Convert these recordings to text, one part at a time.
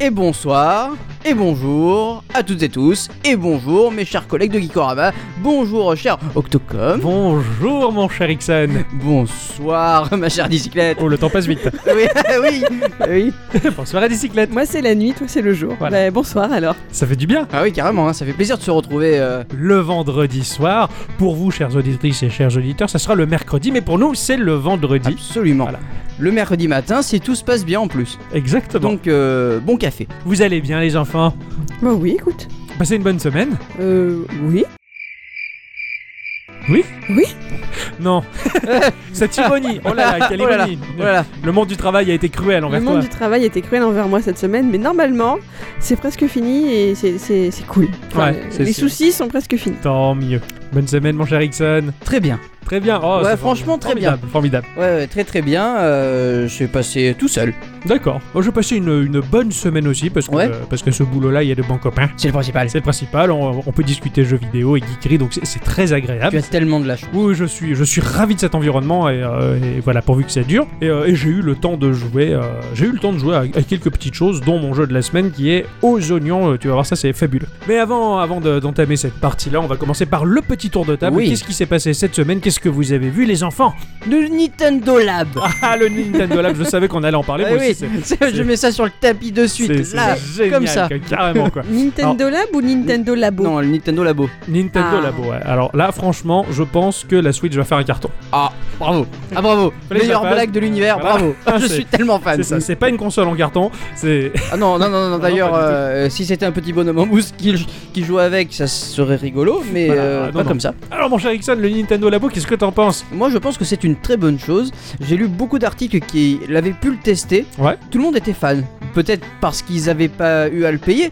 Et bonsoir, et bonjour à toutes et tous, et bonjour mes chers collègues de Geekorama, bonjour cher Octocom, Bonjour mon cher Ixon bonsoir ma chère bicyclette. Oh le temps passe vite Oui, oui, oui. Bonsoir à bicyclette Moi, c'est la nuit, toi, c'est le jour. Voilà. Bah, bonsoir alors. Ça fait du bien Ah oui, carrément, hein, ça fait plaisir de se retrouver. euh, Le vendredi soir, pour vous chers auditrices et chers auditeurs, ça sera le mercredi, mais pour nous c'est le vendredi. Absolument. Voilà. Le mercredi matin, si tout se passe bien en plus. Exactement. Donc, euh, bon café. vous allez bien les enfants Bah oui, écoute. Passez une bonne semaine Euh, oui. Non Cette ironie Oh là là, quelle Oh là là. ironie Voilà. Le monde du travail a été cruel envers le toi. monde du travail était cruel envers moi cette semaine, mais normalement, c'est presque fini et c'est- c'est c'est cool. Ouais, euh, c'est- les c'est- soucis sont presque finis. Tant mieux. Bonne semaine mon cher Ixon Très bien. Très bien oh, Ouais, c'est franchement, formidable. très bien. Formidable, formidable. Ouais, ouais, très très bien. Euh, je suis passé tout seul. D'accord. Moi je passais une, une bonne semaine aussi parce que, Ouais. euh, parce que ce boulot-là, il y a de bons copains. C'est le principal. C'est le principal, on, on peut discuter jeux vidéo et geekerie, donc c'est- c'est très Tu agréable. as tellement de la chance. Oui, je suis, je suis ravi de cet environnement et, euh, et voilà, pourvu que ça dure. Et, euh, et j'ai eu le temps de jouer, euh, j'ai eu le temps de jouer à, à quelques petites choses, dont mon jeu de la semaine qui est aux oignons. euh, Tu vas voir ça, c'est fabuleux. Mais avant, avant de- d'entamer cette partie-là, on va commencer par le petit tour de table. Oui. Qu'est-ce qui s'est passé cette semaine Qu'est-ce que vous avez vu, les enfants Le Nintendo Lab. Ah, le Nintendo Lab, je savais qu'on allait en parler. Ah moi oui, aussi, c'est- c'est- je mets ça sur le tapis de c'est- suite. c'est Là, génial, comme ça. quoi, carrément quoi. Nintendo Lab ou Nintendo Labo Non, le Nintendo Labo. Nintendo Ah. Labo. ouais. Alors là, franchement, je pense que la Switch va faire un carton. Ah, bravo. Ah, bravo. Fallait que Meilleure ça passe. blague de l'univers. Voilà. Bravo. Ah, Je c'est- suis tellement fan. C'est ça, c'est pas une console en carton, c'est. Ah non, non, non, non. D'ailleurs, pas du tout. euh, si c'était un petit bonhomme en mousse qui, qui joue avec, ça serait rigolo, mais Voilà, Ah, euh, non, pas non. comme ça. Alors, mon cher Ixon, le Nintendo Labo, qu'est-ce que t'en penses Moi, je pense que c'est une très bonne chose. J'ai lu beaucoup d'articles qui l'avaient pu le tester. Ouais. Tout le monde était fan. Peut-être parce qu'ils n'avaient pas eu à le payer.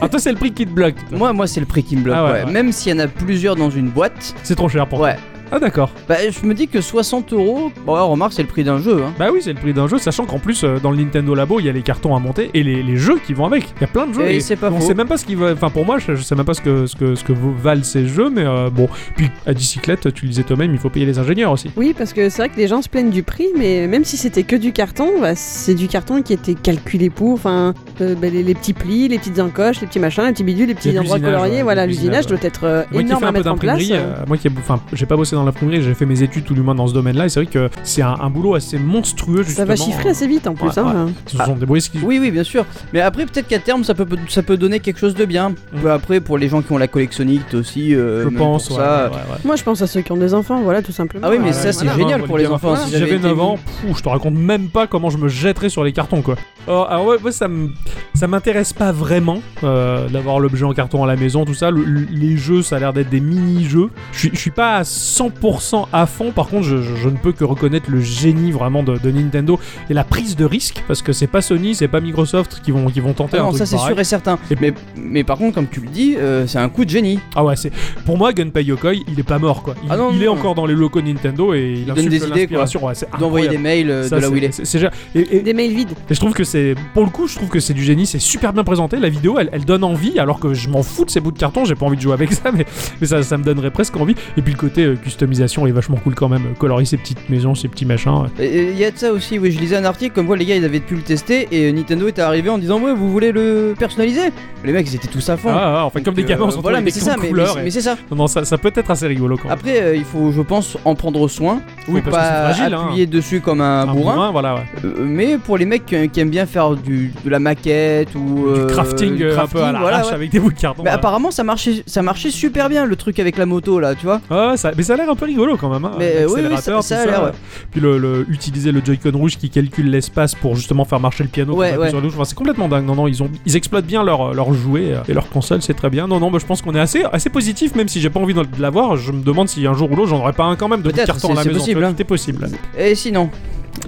Ah, toi, c'est le prix qui te bloque. Moi, moi, c'est le prix qui me bloque. Ah ouais, ouais. ouais. Même s'il y en a plusieurs dans une boîte. C'est trop cher pour Ouais. toi. Ah, d'accord. Bah, je me dis que 60 euros. Bon, ouais, remarque, c'est le prix d'un jeu. Hein. Bah oui, c'est le prix d'un jeu, sachant qu'en plus, euh, dans le Nintendo Labo, il y a les cartons à monter et les, les jeux qui vont avec. Il y a plein de jeux. Et c'est pas on faux. sait même pas ce qu'ils veulent. Enfin, pour moi, je, je sais même pas ce que, ce que, ce que vous- valent ces jeux, mais euh, bon. Puis, à bicyclette, tu le disais toi-même, il faut payer les ingénieurs aussi. Oui, parce que c'est vrai que les gens se plaignent du prix, mais même si c'était que du carton, bah, c'est du carton qui était calculé pour, enfin, euh, bah, les, les petits plis, les petites encoches, les petits machins, les petits bidules, les petits Le endroits businage, coloriés. ouais, voilà, le l'usinage doit businage, être euh, Moi qui énorme fais à un peu mettre en place. d'imprimerie, euh, moi qui ai, enfin, j'ai pas bossé dans l'imprimerie, j'ai fait mes études tout l'humain dans ce domaine-là, et c'est vrai que c'est un, un boulot assez monstrueux, ça justement. va chiffrer assez vite en plus. ouais, hein. Ils se sont débrouillés ce qu'ils- Oui, oui, bien sûr. Mais après, peut-être qu'à terme, ça peut, ça peut donner quelque chose de bien. Mm. Bah, Après, pour les gens qui ont la collectionnite aussi, euh, je même pense. pour ouais, ça. ouais, ouais, ouais. Moi, je pense à ceux qui ont des enfants, voilà, tout simplement. Ah oui, mais Ouais, ça, ouais, c'est voilà. génial Ouais, pour les les gamins. enfants. Si Si j'avais j'avais 9 été- ans, pfff, je te raconte même pas comment je me jetterais sur les cartons, quoi. Euh, alors, ouais, ouais, ça me- ça m'intéresse pas vraiment euh, d'avoir l'objet en carton à la maison, tout ça. Le- le- les jeux, ça a l'air d'être des mini-jeux. Je suis- je suis pas à 100% à fond, par contre, je, je- je ne peux que reconnaître le génie vraiment de, de Nintendo et la prise de risque, parce que c'est pas Sony, c'est pas Microsoft qui vont, qui vont tenter Ah un non, truc ça c'est pareil. sûr et certain. Et- Mais, mais par contre, comme tu le dis, euh, c'est un coup de génie. Ah ouais, c'est pour moi Gunpei Yokoi, il est pas mort quoi. Il, Ah non, il non, est non. encore dans les locaux Nintendo et il, Il donne insuffle des idées, quoi. l'inspiration. Ouais, c'est D'envoyer des Ah, incroyable. mails euh, Ça, de là où c'est- il est. c'est- c'est génial. Et- et- Des mails vides. et je trouve que c'est pour le coup, je trouve que c'est du génie, c'est super bien présenté. La vidéo, elle, elle donne envie, alors que je m'en fous de ces bouts de carton, j'ai pas envie de jouer avec ça, mais, mais ça, ça me donnerait presque envie. Et puis le côté euh, customisation est vachement cool quand même. Colorer ces petites maisons, ces petits machins. Et- et Il y a de ça aussi, oui, je lisais un article comme quoi les gars ils avaient pu le tester et euh, Nintendo était arrivé en disant ouais vous voulez le personnaliser Les mecs ils étaient tous à fond. Ah, ah, enfin comme des Donc, gamins, euh, on s'entend Voilà, avec mais des c'est ça, mais, couleurs. mais- et- mais c'est ça. Non, non, ça, ça peut être assez rigolo quand même. Après, euh, il faut, je pense, en prendre soin. Faut Oui, parce que Ah, pas c'est fragile, hein. appuyer dessus comme un, Un bourrin. bourrin, voilà, ouais. Euh, mais pour les mecs qui, qui aiment bien faire du, de la maquette ou euh, du crafting, du euh, un crafting, peu à la voilà, hache ouais. avec euh, des bouts de carton. Mais ouais. apparemment ça marchait, ça marchait super bien le truc avec la moto là, tu vois. Ah ouais, ça, mais ça a l'air un peu rigolo quand même. Hein, Mais, euh, oui, oui, l'accélérateur, ça- ça tout a l'air, ouais. Puis le, le- utiliser le Joy-Con rouge qui calcule l'espace pour justement faire marcher le piano. quand Ouais, on appuie ouais. sur le touche. Enfin, c'est complètement dingue. Non, non, ils, ont, ils exploitent bien leur, leur jouet euh, et leur console, c'est très bien. Non, non, bah, je pense qu'on est assez, assez positif, même si j'ai pas envie de l'avoir. Je me demande si un jour ou l'autre j'en aurai pas un quand même de bout de Peut-être, carton c'est- à la c'est maison. possible, tu vois, hein. C'est possible. Et sinon,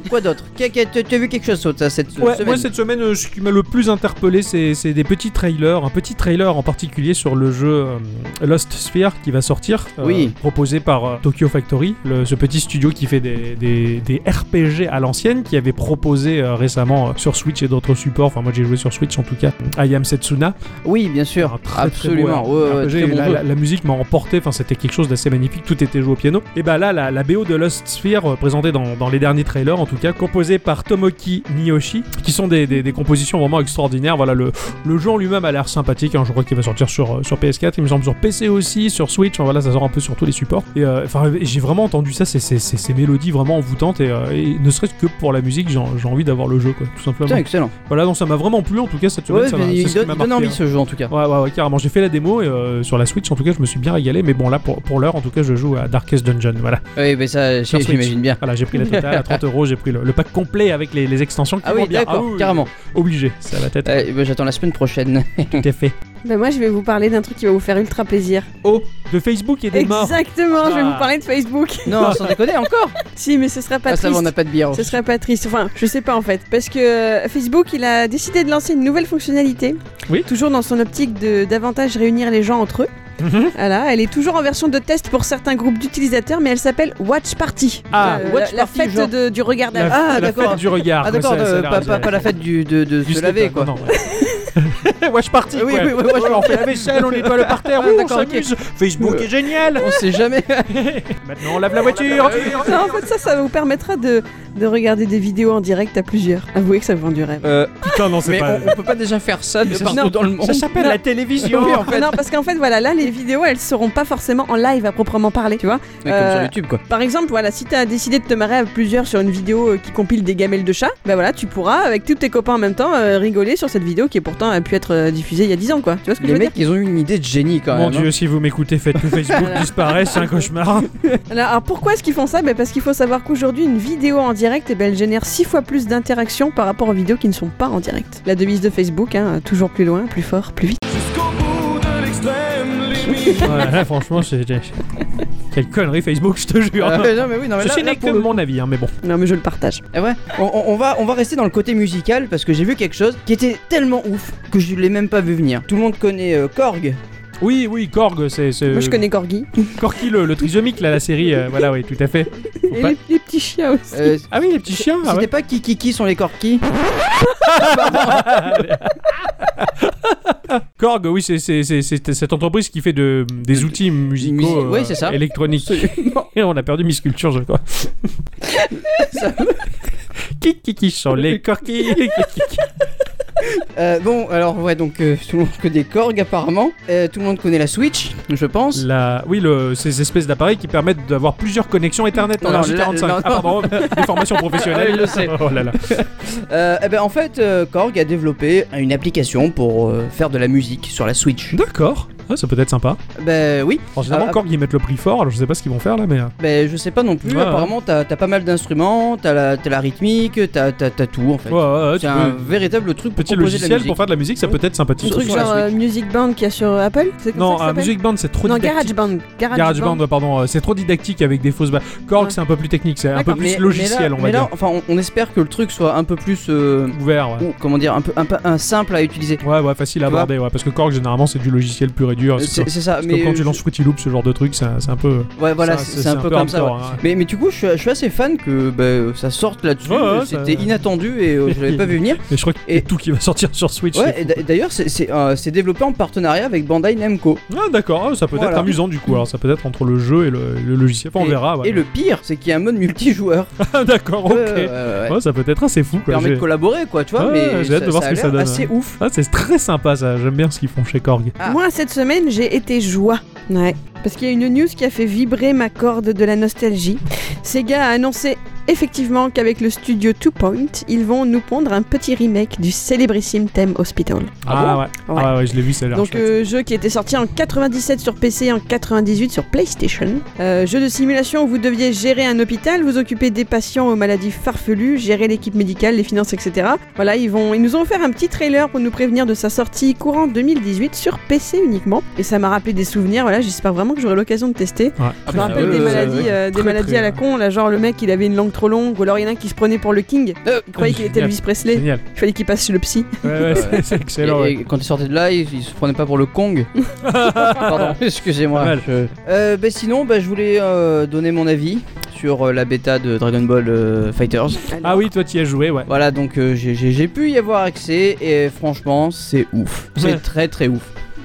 quoi d'autre Qu'est- qu'est- t'as- T'as vu quelque chose toi, ça, cette Ouais, semaine moi cette semaine, euh, ce qui m'a le plus interpellé, c'est c'est des petits trailers, un petit trailer en particulier sur le jeu euh, Lost Sphere qui va sortir, euh, Oui. proposé par euh, Tokyo Factory, le- ce petit studio qui fait des, des- des RPG à l'ancienne, qui avait proposé euh, récemment euh, sur Switch et d'autres supports, enfin moi j'ai joué sur Switch en tout cas, I Am Setsuna, Oui, bien sûr, un très, absolument. très beau ouais, ouais, RPG, très bon la, jeu. la- la musique m'a emporté, enfin c'était quelque chose d'assez magnifique, tout était joué au piano. Et bah là, la, la BO de Lost Sphere, euh, présentée dans, dans les derniers trailers, en tout cas, composé par Tomoki Miyoshi, qui sont des, des- des compositions vraiment extraordinaires. Voilà, le, le jeu en lui-même a l'air sympathique. hein. Je crois qu'il va sortir sur, euh, sur PS4, il me semble sur PC aussi, sur Switch. Enfin, voilà, ça sort un peu sur tous les supports. Et euh, enfin, j'ai vraiment entendu ça, c'est- c'est- c'est- ces mélodies vraiment envoûtantes. Et, euh, et ne serait-ce que pour la musique, j'ai j'ai envie d'avoir le jeu, quoi, tout simplement. Putain, excellent. Voilà, donc ça m'a vraiment plu en tout cas cette semaine. Ouais, ça mais m'a- c'est il ce qui donne, m'a il donne marqué, envie ce jeu en tout cas. hein. Ouais, ouais, ouais, carrément. J'ai fait la démo et, euh, sur la Switch, en tout cas, je me suis bien régalé. Mais bon, là, pour, pour l'heure, en tout cas, je joue à Darkest Dungeon. Voilà, Oui, mais ça, Sur Switch. j'imagine bien. voilà j'ai pris la totale à 30 euros. J'ai pris le, le pack complet avec les, les extensions qui Ah vont oui, bien. d'accord, oui, oui, carrément. Obligé, ça va être Euh, bah, J'attends la semaine prochaine. tout à fait. Bah moi je vais vous parler d'un truc qui va vous faire ultra plaisir. Oh, de Facebook et des morts. Exactement, je vais Ah. vous parler de Facebook. non, sans déconner encore. si mais ce sera pas Ah, ça, va, triste. on n'a pas de bière. Ce serait pas triste. Enfin, je sais pas en fait. Parce que euh, Facebook, il a décidé de lancer une nouvelle fonctionnalité. Oui. Toujours dans son optique de davantage réunir les gens entre eux. Mhm. Voilà, elle est toujours en version de test pour certains groupes d'utilisateurs, mais elle s'appelle Watch Party. Ah, Euh, Watch la, la Party, fête genre- de- du regard La, d'avant. Ah, la d'accord. fête du regard. Ah, ouais, d'accord, ça- ça a euh, l'air- pas, ça a pas- pas la fête du, de, de Du se laver slip, quoi. non, non, ouais. Wesh party Oui, quoi. oui, oui, wesh Ouais, Oh, on fait la vaisselle, on nettoie le parterre, Ah, ouh, on d'accord, ok. Euh. s'amuse. Facebook est génial. On sait jamais. Euh, Maintenant, on lave la voiture. Non, en fait, ça, ça vous permettra de, de regarder des vidéos en direct à plusieurs. Avouez que ça vend du rêve. Euh, Putain, non, c'est mais pas. on, on peut pas déjà faire ça de Mais ça- partout non, dans le monde. Ça s'appelle Non. la télévision. Oui, en fait. Oh. Non, parce qu'en fait, voilà, là, les vidéos, elles seront pas forcément en live à proprement parler, tu vois. Ouais, Comme sur Euh, YouTube quoi. Par exemple, voilà, si t'as décidé de te marrer à plusieurs sur une vidéo euh, qui compile des gamelles de chats, bah voilà, tu pourras, avec tous tes copains en même temps, euh, rigoler sur cette vidéo qui pourtant a pu être euh, diffusée il y a 10 ans, quoi. Tu vois ce que je Les veux mecs, ils ont eu une idée de génie quand Mon même. hein. dieu, si vous m'écoutez, faites que Facebook disparaisse, c'est un cauchemar. dire alors, alors, pourquoi est-ce qu'ils font ça bah, Parce qu'il faut savoir qu'aujourd'hui, une vidéo en direct, eh ben, elle génère 6 fois plus d'interactions par rapport aux vidéos qui ne sont pas en direct. La devise de Facebook, hein, toujours plus loin, plus fort, plus vite. Jusqu'au bout de l'extrême limite. Ouais, là, franchement, c'est. c'est- Quelle connerie Facebook, je te jure. Ah, ouais, non, mais oui, non, mais là- Ceci là, n'est que pour le- mon avis, hein, mais bon. Non, mais je le partage. Ah ouais on, on- on va, on va rester dans le côté musical parce que j'ai vu quelque chose qui était tellement ouf que je l'ai même pas vu venir. Tout le monde connaît euh, Korg. Oui, oui, Korg, c'est. c'est- Euh. Moi, je connais Corgi. Corky, le, le trisomique, là, la série. euh, voilà, oui, tout à fait. Et pas- les, les petits chiens aussi. Euh, Ah oui, les petits chiens, ah C'était ouais. pas qui qui qui sont les Korki Korg, oui, c'est- c'est c'est- c'est cette entreprise qui fait de, des outils musicaux euh, Musi- ouais, c'est ça. électroniques. Absolument. Et on a perdu Miss Culture, je crois. Ça- Qui, qui, qui sont les Corky Euh, bon, alors ouais, donc euh, tout le monde connaît Korg apparemment. Euh, tout le monde connaît la Switch, je pense. La... Oui, le... ces espèces d'appareils qui permettent d'avoir plusieurs connexions Ethernet en Non, RJ45. la- la- Ah, pardon, des formations professionnelles. Ah oui, je sais. Oh là là. Euh, eh ben en fait, euh, Korg a développé une application pour euh, faire de la musique sur la Switch. D'accord. Ah, ça peut être sympa. Ben oui, Alors, généralement, Ah, Korg, ils mettent le prix fort. Alors, je sais pas ce qu'ils vont faire là, mais. euh, ben je sais pas non plus. Ouais, apparemment, t'as t'as pas mal d'instruments, t'as la, t'as la rythmique, t'as t'as- t'as tout en fait. Ouais, ouais, ouais, tu C'est un peux- véritable truc pour Petit composer euh, de la logiciel musique. pour faire de la musique, ça peut être Un sympathique. Sur- truc sur la genre euh, Music Band qu'il y a sur Apple C'est comme ça Non, que ça euh, s'appelle Music Band, c'est trop Non, didactique. GarageBand. GarageBand. GarageBand, pardon, euh, c'est trop didactique avec des fausses bases. Korg, Ouais. c'est un peu plus technique, c'est un peu D'accord. plus logiciel, là, on va mais là, dire. enfin, on, on espère que le truc soit un peu plus, euh, Ouvert, ouais. ou, comment dire, un peu, un peu un simple à utiliser. Ouais, ouais, facile à Tu vois aborder, ouais, parce que Korg, généralement, c'est du logiciel pur et dur. hein, C'est C'est c'est ça. parce Mais que quand tu euh, lances Fruity Loop, ce genre de truc, c'est un c'est un peu. je- ouais, voilà, ça, c'est c'est un peu comme ça. ouais. hardcore, hein. Mais, mais du coup, je suis, je suis assez fan que bah, ça sorte là-dessus. Ouais, ouais, C'était ça- inattendu et euh, je l'avais pas vu venir. hein. Mais je crois que Et- c'est tout qui va sortir sur Switch. c'est Ouais, fou. et d'a- d'ailleurs, c'est- c'est euh, c'est développé en partenariat avec Bandai Namco. Ah, d'accord, ah, ça peut être Voilà. amusant du coup. Alors, ça peut être entre le jeu et le, le logiciel. Enfin, on verra. ouais. Et le pire, c'est qu'il y a un mode multijoueur. Ah, d'accord, ok. Ouais, ouais, ouais, ouais. Ouais, ça peut être assez fou. Ça Quoi. permet de J'ai- collaborer, quoi, tu vois. Ouais, mais j'ai hâte de voir ce a que ça l'air donne, Assez ouf. Ah, c'est très sympa ça. J'aime bien ce qu'ils font chez Korg. Ah. Moi, cette semaine, j'ai été joie. Ouais. Parce qu'il y a une news qui a fait vibrer ma corde de la nostalgie. Sega a annoncé effectivement qu'avec le studio Two Point, ils vont nous pondre un petit remake du célébrissime thème Hospital. Ah ouais. Ah, ouais, je l'ai vu, ça a l'air Donc, chouette. euh, jeu qui était sorti en 97 sur PC et en 98 sur PlayStation. Euh, jeu de simulation où vous deviez gérer un hôpital, vous occuper des patients aux maladies farfelues, gérer l'équipe médicale, les finances, etc. Voilà, ils, vont, ils nous ont offert un petit trailer pour nous prévenir de sa sortie courant 2018 sur PC uniquement. Et ça m'a rappelé des souvenirs, voilà, j'espère vraiment que j'aurai l'occasion de tester. Ah, Ouais. Je me bah, rappelle ouais, des ouais, maladies, ouais. euh, des Très, maladies très, à la ouais. con, là, genre le mec il avait une langue trop longue, ou alors il y en a un qui se prenait pour le King, Euh, il croyait qu'il était Génial. Elvis Presley, Génial. il fallait qu'il passe chez le psy. Ouais, ouais, c'est- c'est Et, excellent. euh, et ouais. quand il sortait de là, il, il se prenait pas pour le Kong. Pardon, Pas excusez-moi. mal. Euh, bah, sinon, bah, je voulais euh, donner mon avis sur euh, la bêta de Dragon Ball euh, Fighters. Ah oui, toi, tu y as joué, ouais. Voilà, donc euh, j'ai- j'ai j'ai pu y avoir accès et franchement, c'est ouf. C'est Ouais. très très ouf.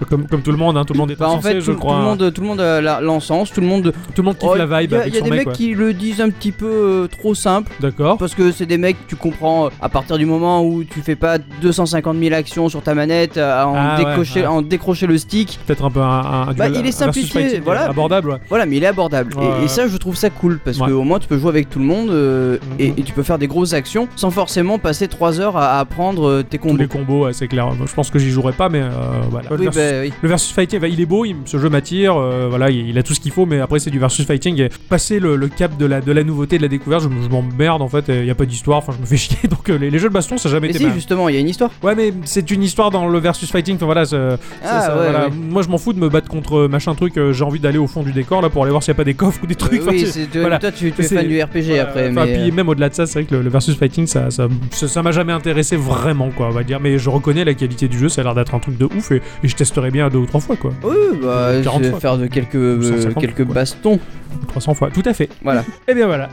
Comme, comme tout le monde, hein, tout le monde est Bah, en insensé, fait, je tout, crois. tout le hein. monde, tout le monde euh, la- l'encense, tout le monde. Tout le monde kiffe Oh, la Il vibe y a, avec il y a son des mec, mecs quoi. qui le disent un petit peu euh, trop simple. D'accord. Parce que c'est des mecs, tu comprends, euh, à partir du moment où tu fais pas 250 000 actions sur ta manette, euh, à en, Ah, ouais, décocher, ouais. à en décrocher le stick, Peut-être un peu un, un- un Bah, duel- il est un versus simplifié, fighting, voilà. euh, Abordable, ouais. voilà, mais il est abordable. Et- Ouais, et, ouais. ça, je trouve ça cool, parce Ouais. que au moins tu peux jouer avec tout le monde euh, et, Mhm. et tu peux faire des grosses actions sans forcément passer 3 heures à, à apprendre euh, tes Tous combos. les combos, ouais, c'est clair. Je pense que j'y jouerai pas, mais euh, voilà. le, Oui, versus, bah, oui. le versus fighting, bah, il est beau, il- ce jeu m'attire. euh, voilà, il, il a tout ce qu'il faut, mais après c'est du versus fighting. Et passer le, le cap de la, de la nouveauté, de la découverte, je, m- je m'emmerde en fait. Il y a pas d'histoire, enfin je me fais chier. Donc euh, les, les jeux de baston, ça a jamais Mais été. si, ma- justement, il y a une histoire. Ouais, mais c'est une histoire dans le versus fighting. Enfin voilà, c'est- Ça, Ah, ça, ouais, voilà. ouais. Moi, je m'en fous de me battre contre euh, machin truc. euh, J'ai envie d'aller au fond du décor là pour aller voir s'il n'y a pas des coffres ou des trucs. Euh, Enfin, oui, tu- c'est- toi, voilà. toi, tu, tu es C'est- fan du RPG voilà, après, enfin, mais. euh, puis même au-delà de ça, c'est vrai que le, le versus fighting, ça, ça, ça, ça m'a jamais intéressé vraiment, quoi, on va dire. Mais je reconnais la qualité du jeu. Ça a l'air d'être un truc de ouf et, et je testerai bien deux ou trois fois, quoi, Oui, bah, 40 je vais fois. faire de quelques, euh, 150, quelques quoi. bastons. 300 fois. Tout à fait. Voilà. Eh bien voilà.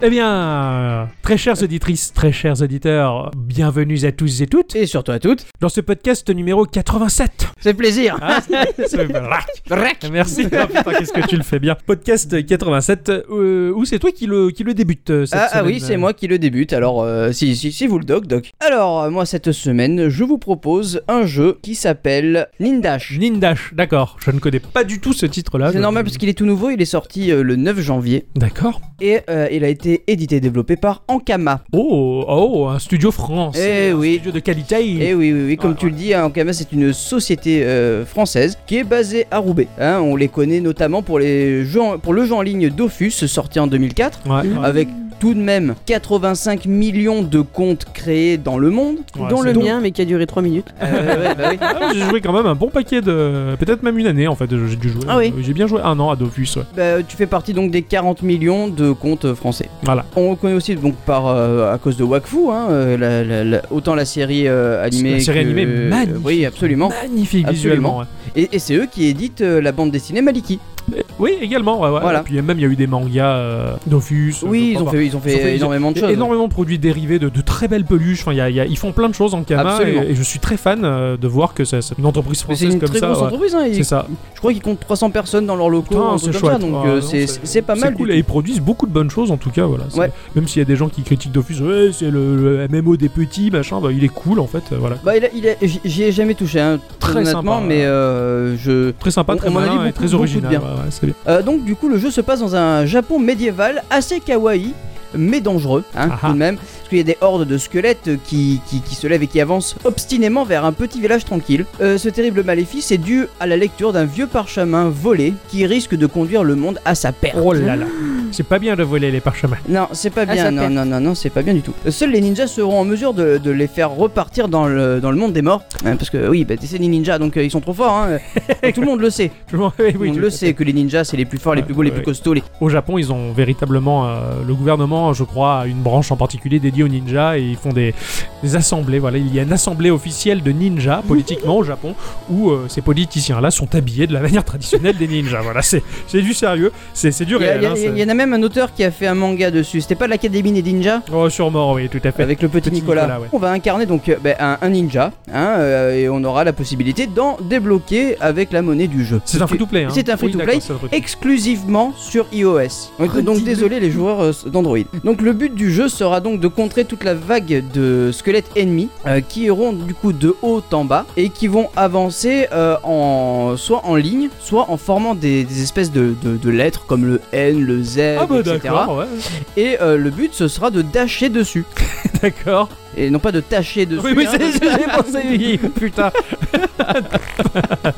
Eh bien, euh, très chères auditrices, très chers auditeurs, bienvenue à tous et toutes Et surtout à toutes, dans ce podcast numéro 87. c'est plaisir. Ah, c'est- voilà. Brac. Merci. Ah, putain, qu'est-ce que tu le fais bien. Podcast 87, euh, où c'est toi qui le, qui le débute euh, cette Ah, ah semaine. oui, c'est moi qui le débute, alors euh, si, si, si vous le doc, doc. Alors, euh, moi cette semaine, je vous propose un jeu qui s'appelle Nindash. euh, Nindash, d'accord. Je ne connais pas du tout ce titre-là. C'est Je- normal parce qu'il est tout nouveau, il est sorti euh, le 9 janvier D'accord. et euh, il a été édité et développé par Ankama. Oh, oh, un studio France. Eh un oui. Eh studio de qualité. Et oui, oui, oui, comme Ah, Ouais, tu le dis, hein, Ankama c'est une société euh, française qui est basée à Roubaix. Hein, on les connaît notamment pour, les jeux en- pour le jeu en ligne Dofus sorti en 2004. Ouais, ouais. avec tout de même 85 millions de comptes créés dans le monde. Ouais, Dont c'est le donc- mien, mais qui a duré 3 minutes. Euh, ouais, bah oui. Ah, mais J'ai joué quand même un bon paquet de. Peut-être même une année en fait, j'ai dû jouer. Ah oui. J'ai bien joué un an à Dofus. ouais. Bah, tu fais partie donc des 40 millions de comptes français. Voilà. On reconnaît aussi donc par euh, à cause de Wakfu, hein, euh, la- la- la- autant la série euh, animée. La que- série euh, animée magnifique. oui, absolument. Magnifique Absolument. visuellement. ouais. Et, et c'est eux qui éditent euh, la bande dessinée Maliki. Et- Oui, également. Ouais, ouais. Voilà. Et puis même, il y a eu des mangas euh, Dofus. oui, je ils crois ont, pas. fait, ils ont fait Ils ont fait- énormément de Il y a choses. énormément de produits dérivés, de, de très belles peluches. Enfin, il y a- il y a- ils font plein de choses en Kama Absolument. et, et je suis très fan euh, de voir que ça- ça- une entreprise Mais C'est française une comme très ça. grosse ouais. entreprise. hein, ils- C'est ça, Je crois qu'ils comptent 300 personnes dans leurs locaux. Putain, un c'est truc comme ça, chouette. donc Ouais, euh, non, c'est- c'est- c'est pas c'est mal. du cool et ils produisent beaucoup de bonnes choses en tout cas voilà. C'est- Ouais. Même s'il y a des gens qui critiquent Dofus, ouais c'est le, le MMO des petits machin, bah, il est cool en fait euh, voilà. Bah, il a- il a- j'y- j'y ai jamais touché, hein, très Très honnêtement, sympa, mais ouais. euh, je. Très sympa, On- très on m'en a malin dit et beaucoup, très beaucoup de original. bien. ouais, ouais, c'est bien. Euh, donc, du coup, le jeu se passe dans un Japon médiéval assez kawaii, mais dangereux, hein, Ah tout ah. de même, parce qu'il y a des hordes de squelettes qui, qui, qui se lèvent et qui avancent obstinément vers un petit village tranquille. Euh, ce terrible maléfice est dû à la lecture d'un vieux parchemin volé qui risque de conduire le monde à sa perte. Oh là là, c'est pas bien de voler les parchemins. Non, c'est pas Ah, bien, ça non, perd. non, non, non, c'est pas bien du tout. Euh, Seuls les ninjas seront en mesure de, de les faire repartir dans le, dans le monde des morts. hein, parce que oui, bah, c'est des ninjas, donc euh, ils sont trop forts. hein, euh, tout le monde le sait. Je m'en- oui, oui, on tu- le sait que les ninjas, c'est les plus forts, les Ouais, plus beaux, les ouais, plus Ah, ouais. costauds. Les... Au Japon, ils ont véritablement euh, le gouvernement, je crois, a une branche en particulier dédiée aux ninjas et ils font des, des assemblées. Voilà, il y a une assemblée officielle de ninjas politiquement au Japon où euh, ces politiciens-là sont habillés de la manière traditionnelle des ninjas. Voilà, c'est c'est du sérieux, c'est c'est du Il y, a- réel. il y a- hein, il y a- c'est- il y en a même un auteur qui a fait un manga dessus. C'était pas de l'Académie des ninjas Oh, sûrement, oui, tout à fait. avec le petit, Petit Nicolas. Nicolas, ouais. On va incarner donc euh, bah, un, un ninja hein, euh, et on aura la possibilité d'en débloquer avec la monnaie du jeu. C'est un Ce qui- free-to-play. hein. c'est un Oui, free-to-play. d'accord, c'est un free-to-play. exclusivement sur iOS. Donc, Redis-le. donc désolé les joueurs euh, d'Android. Donc le but du jeu sera donc de contrer toute la vague de squelettes ennemis euh, qui iront du coup de haut en bas et qui vont avancer euh, en soit en ligne, soit en formant des, des espèces de, de- de lettres comme le N, le Z, Ah bah etc. d'accord, ouais. Et euh, le but ce sera de dasher dessus D'accord. et non pas de tâcher dessus. Oui, oui, hein. c'est ce que j'ai pensé. Putain.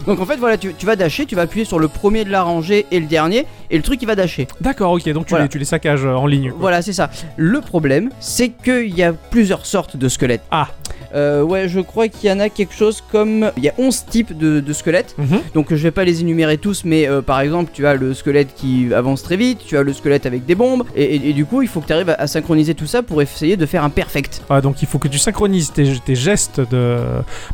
Donc en fait voilà tu, tu vas dasher, tu vas appuyer sur le premier de la rangée et le dernier et le truc il va dasher. D'accord, ok, donc tu, Voilà. les, tu les saccages euh, en ligne. quoi. Voilà, c'est ça. Le problème, c'est qu'il y a plusieurs sortes de squelettes. Ah. Euh, ouais, je crois qu'il y en a quelque chose comme. Il y a 11 types de, de squelettes. Mhm. Donc je vais pas les énumérer tous, mais euh, par exemple, tu as le squelette qui avance très vite, tu as le squelette avec des bombes, et, et- et du coup, il faut que tu arrives à, à synchroniser tout ça pour essayer de faire un perfect. Ah, donc il faut que tu synchronises tes, tes gestes de.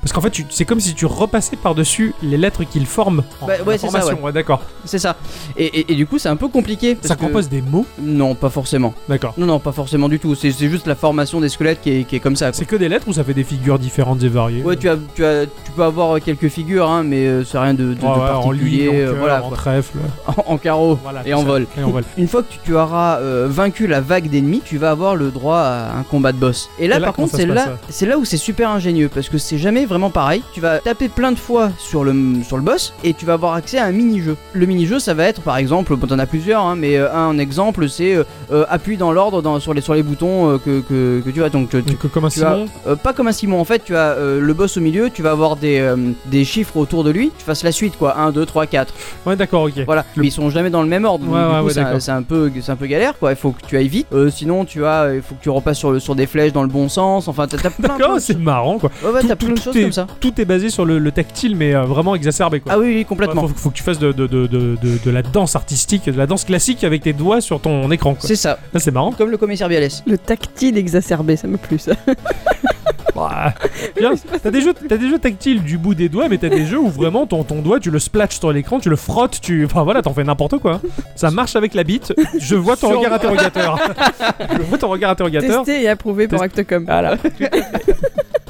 Parce qu'en fait, tu- c'est comme si tu repassais par-dessus les lettres qu'ils forment. en- Bah, en ouais, c'est ça, formation. Ouais, d'accord. C'est ça. Et, et- et du coup, c'est un peu compliqué. parce Ça que- compose des mots Non, pas forcément. D'accord. Non, non, pas forcément du tout. C'est c'est juste la formation des squelettes qui est, qui est comme ça. quoi. C'est que des lettres ou ça fait des figures différentes et variées. Ouais, tu, as, tu, as, tu peux avoir quelques figures, hein, mais euh, c'est rien de, de- de Ouais, ouais, en particulier. ligne, en euh, cœur, voilà, en quoi. trèfle. En- en carreau. Voilà, Et tout en ça. vol. Et en vol. Une fois que tu, tu auras euh, vaincu la vague d'ennemis, tu vas avoir le droit à un combat de boss. Et là, Et là, par comment contre, ça c'est se passe, là, ça c'est là où c'est super ingénieux parce que c'est jamais vraiment pareil. Tu vas taper plein de fois sur le, sur le boss et tu vas avoir accès à un mini-jeu. Le mini-jeu, ça va être par exemple, bon, t'en as plusieurs, hein, mais euh, un exemple, c'est euh, euh, appuie dans l'ordre dans- sur, les, sur les boutons euh, que, que- que tu as. Donc, tu- tu- Donc, comme un tu as- Simon euh, pas comme un Simon, en fait, tu as euh, le boss au milieu, tu vas avoir des, euh, des chiffres autour de lui, tu fasses la suite quoi 1, 2, 3, 4. Ouais, d'accord, ok. Voilà, Le- mais ils sont jamais dans le même ordre. donc Ouais, du ouais, coup, ouais, c'est un- d'accord. c'est un peu, c'est un peu galère, quoi. Il faut que tu ailles vite. Euh, sinon, tu as, il faut que tu repasses sur, le- sur des flèches dans le bon sens. Enfin, t'as t'as plein, plein D'accord, de c'est choses. marrant quoi. Ouais, ouais, tout- t'as tout- plein de tout choses est- comme ça. Tout est basé sur le, le tactile, mais euh, vraiment exacerbé quoi. Ah oui, oui, complètement. Ouais, faut, faut que tu fasses de, de, de, de, de- de la danse artistique, de la danse classique avec tes doigts sur ton écran quoi. C'est ça, Ah, C'est marrant. comme le commissaire Bialès. Le tactile exacerbé, ça me plaît ça. Bah, bien. T'as des jeux, t'as des jeux tactiles du bout des doigts, mais t'as des jeux où vraiment ton, ton doigt, tu le splatches sur l'écran, tu le frottes, tu, enfin voilà, t'en fais n'importe quoi. hein. Ça marche avec la bite. Je vois ton Sur- regard interrogateur. Je vois ton regard interrogateur. Testé et approuvé par Actocom. Voilà.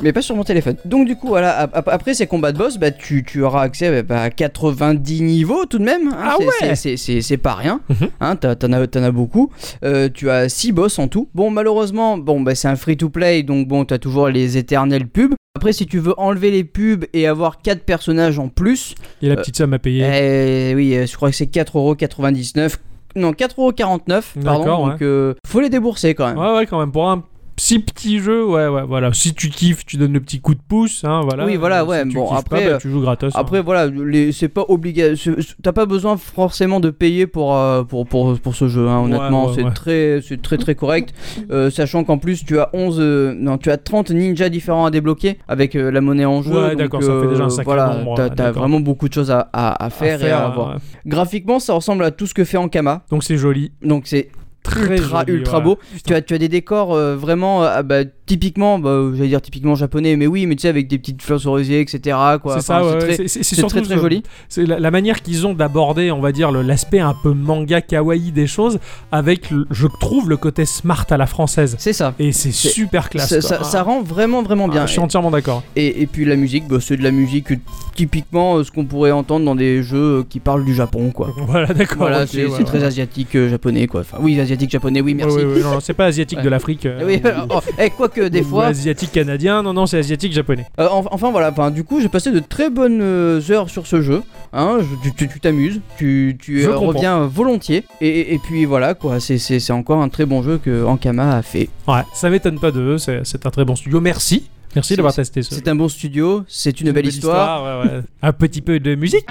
mais pas sur mon téléphone. Donc du coup, voilà, ap- ap- après ces combats de boss, bah, tu, tu auras accès bah, à 90 niveaux tout de même. hein. Ah C'est- ouais c'est- c'est- C'est c'est pas rien. Mhm. hein, t'as- T'en as, t'en as beaucoup. Euh, tu as 6 boss en tout. Bon, malheureusement, bon, bah, c'est un free-to-play, donc bon, t'as toujours les éternels pubs. Après, si tu veux enlever les pubs et avoir 4 personnages en plus, Et la petite somme à payer. eh oui, euh, je crois que c'est 4,99€. Non, 4,49€, pardon. D'accord, ouais. Donc, euh, faut les débourser quand même. Ouais, ouais, quand même, pour un si petit jeu, ouais, ouais, voilà. Si tu kiffes, tu donnes le petit coup de pouce, hein, voilà. Oui, voilà, Euh, ouais, si tu bon, kiffes pas, après, bah, euh, tu joues gratos. hein. Après voilà, les- c'est pas obligatoire. T'as pas besoin forcément de payer pour euh, pour, pour, pour ce jeu. hein, Ouais, honnêtement, ouais, c'est ouais. très c'est très très correct. Euh, sachant qu'en plus tu as 11 euh, non tu as 30 ninjas différents à débloquer avec euh, la monnaie en jeu. Ouais, donc, euh, d'accord, ça fait déjà un sacré Voilà, nombre, t'as, ouais, t'as d'accord. vraiment beaucoup de choses à, à- à À faire, et à ouais, voir. ouais. Graphiquement, ça ressemble à tout ce que fait Ankama. Donc c'est joli. Donc c'est Très ultra joli, ultra voilà. beau. Putain. Tu as, tu as des décors euh, vraiment euh, ah bah, typiquement, bah, j'allais dire typiquement japonais, mais oui, mais tu sais, avec des petites fleurs cerisiers, etc. Quoi. C'est ça, Enfin, ouais, c'est très, c'est- c'est- c'est c'est très, surtout très ce- joli. C'est la, la manière qu'ils ont d'aborder, on va dire, le- l'aspect un peu manga kawaii des choses, avec, le- je trouve, le côté smart à la française. C'est ça. Et c'est C'est- super classe. Ça, quoi. ça- Ah, ça rend vraiment vraiment ah, bien. je suis entièrement d'accord. et, et puis la musique, bah, c'est de la musique typiquement euh, ce qu'on pourrait entendre dans des jeux euh, qui parlent du Japon quoi. Voilà, d'accord. Voilà, ok, c'est ouais, c'est ouais. très asiatique euh, japonais quoi. Enfin, oui, asiatique japonais, oui, merci. Ouais, ouais, ouais, non, non, c'est pas asiatique de Ouais. l'Afrique. Eh euh, Oui, ou- oh, eh, quoique des ou fois. asiatique canadien, non, non, c'est asiatique japonais. Euh, enf- enfin voilà, enfin, du coup j'ai passé de très bonnes euh, heures sur ce jeu. Hein, je- tu- tu tu t'amuses, tu, tu Je euh, comprends. reviens volontiers. Et, et puis voilà quoi, c'est- c'est c'est encore un très bon jeu que Ankama a fait. Ouais, ça m'étonne pas de eux, c'est c'est un très bon studio. Merci. Merci d'avoir testé ce. C'est un bon studio, c'est une, belle histoire. Ah, ouais, ouais. un petit peu de musique.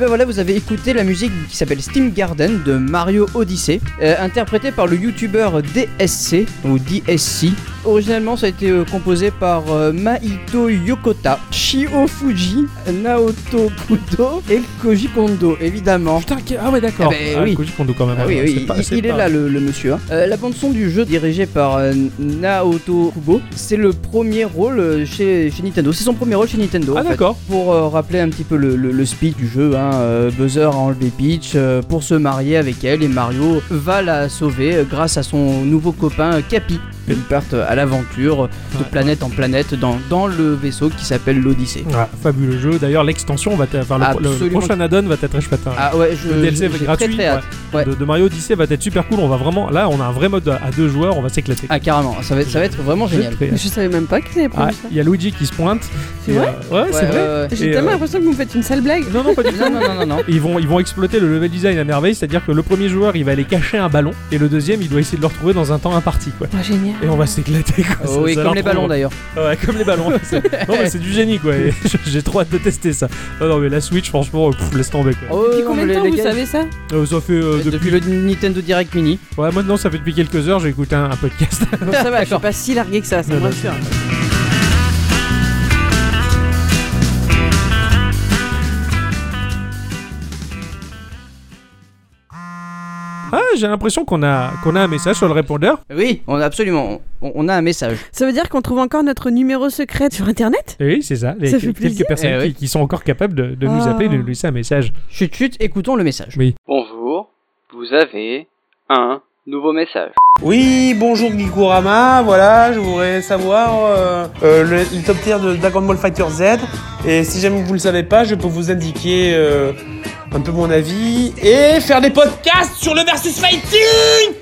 ben voilà, vous avez écouté la musique qui s'appelle Steam Garden de Mario Odyssey, euh, interprétée par le youtubeur DSC ou DSC. Originalement, ça a été euh, composé par euh, Maito Yokota, Shio Fuji, Naoto Kudo et Koji Kondo, évidemment. Putain, que- ah ouais, d'accord. Ah ben oui. Koji Kondo, quand même. Ah oui, ouais, oui, c'est il, pas- c'est il est pas- là le, le monsieur. hein. Euh, la bande son du jeu dirigée par euh, Naoto Kubo, c'est le premier rôle euh, chez, chez Nintendo. C'est son premier rôle chez Nintendo. Ah en fait. d'accord. Pour euh, rappeler un petit peu le, le- le speed du jeu, hein, euh, Buzzer a enlevé Peach euh, pour se marier avec elle et Mario va la sauver euh, grâce à son nouveau copain euh, Capi. Ils partent à l'aventure euh, de Ouais. planète en planète dans, dans le vaisseau qui s'appelle l'Odyssée. Ouais, fabuleux jeu. D'ailleurs, l'extension va être. Enfin, le- le, Absolument. prochain add-on va être très chouette. hein. Ah ouais, je, le DLC j'ai va être j'ai gratuit. très très hâte. ouais. ouais. De, de Mario Odyssey va être super cool. On va vraiment. Là, on a un vrai mode à à deux joueurs. On va s'éclater. Ah carrément, ça va être, ça va être vraiment J'ai génial. très Mais hâte. Je savais même pas qu'ils avaient Ah, prévu ça. il y a Luigi qui se pointe. C'est Et, vrai euh, Ouais, c'est Ouais, vrai. ouais, ouais. J'ai Et, tellement euh, l'impression que vous me faites une sale blague. Non, non, pas du tout. Non, non, non, non, non. Ils vont, ils vont exploiter le level design à merveille, c'est-à-dire que le premier joueur il va aller cacher un ballon et le deuxième il doit essayer de le retrouver dans un temps imparti quoi. Ah, génial. Et on va s'éclater quoi. Ça- Oh oui, ça a comme les l'air ballons trop d'ailleurs. bon. Ouais, comme les ballons. C'est- non mais c'est du génie quoi. Et J'ai trop hâte de tester ça. Non, non mais la Switch franchement, pff, laisse tomber quoi. Oh, Depuis non, combien mais de les- temps les vous gars, savez ça Euh, ça fait euh, euh, depuis... Depuis le Nintendo Direct Mini. Ouais maintenant ça fait depuis quelques heures j'ai écouté un, un podcast. Bon, Ça va, je suis D'accord. pas si largué que ça, ça me Non, non. rassure. ah j'ai l'impression qu'on a qu'on a un message sur le répondeur. Oui, on a absolument. On, on a un message. Ça veut dire qu'on trouve encore notre numéro secret sur internet Et Eh oui c'est ça. Il y a Ça quel- fait plaisir. quelques personnes Eh qui, oui. qui sont encore capables de, de nous Ah. appeler, de nous laisser un message. Chut chut, écoutons le message. Oui. Bonjour, vous avez un nouveau message. Oui, bonjour Gikurama, voilà, je voudrais savoir euh, euh, le, le top tier de Dragon Ball Fighter Z. Et si jamais vous le savez pas, je peux vous indiquer euh, un peu mon avis et faire des podcasts sur le versus fighting.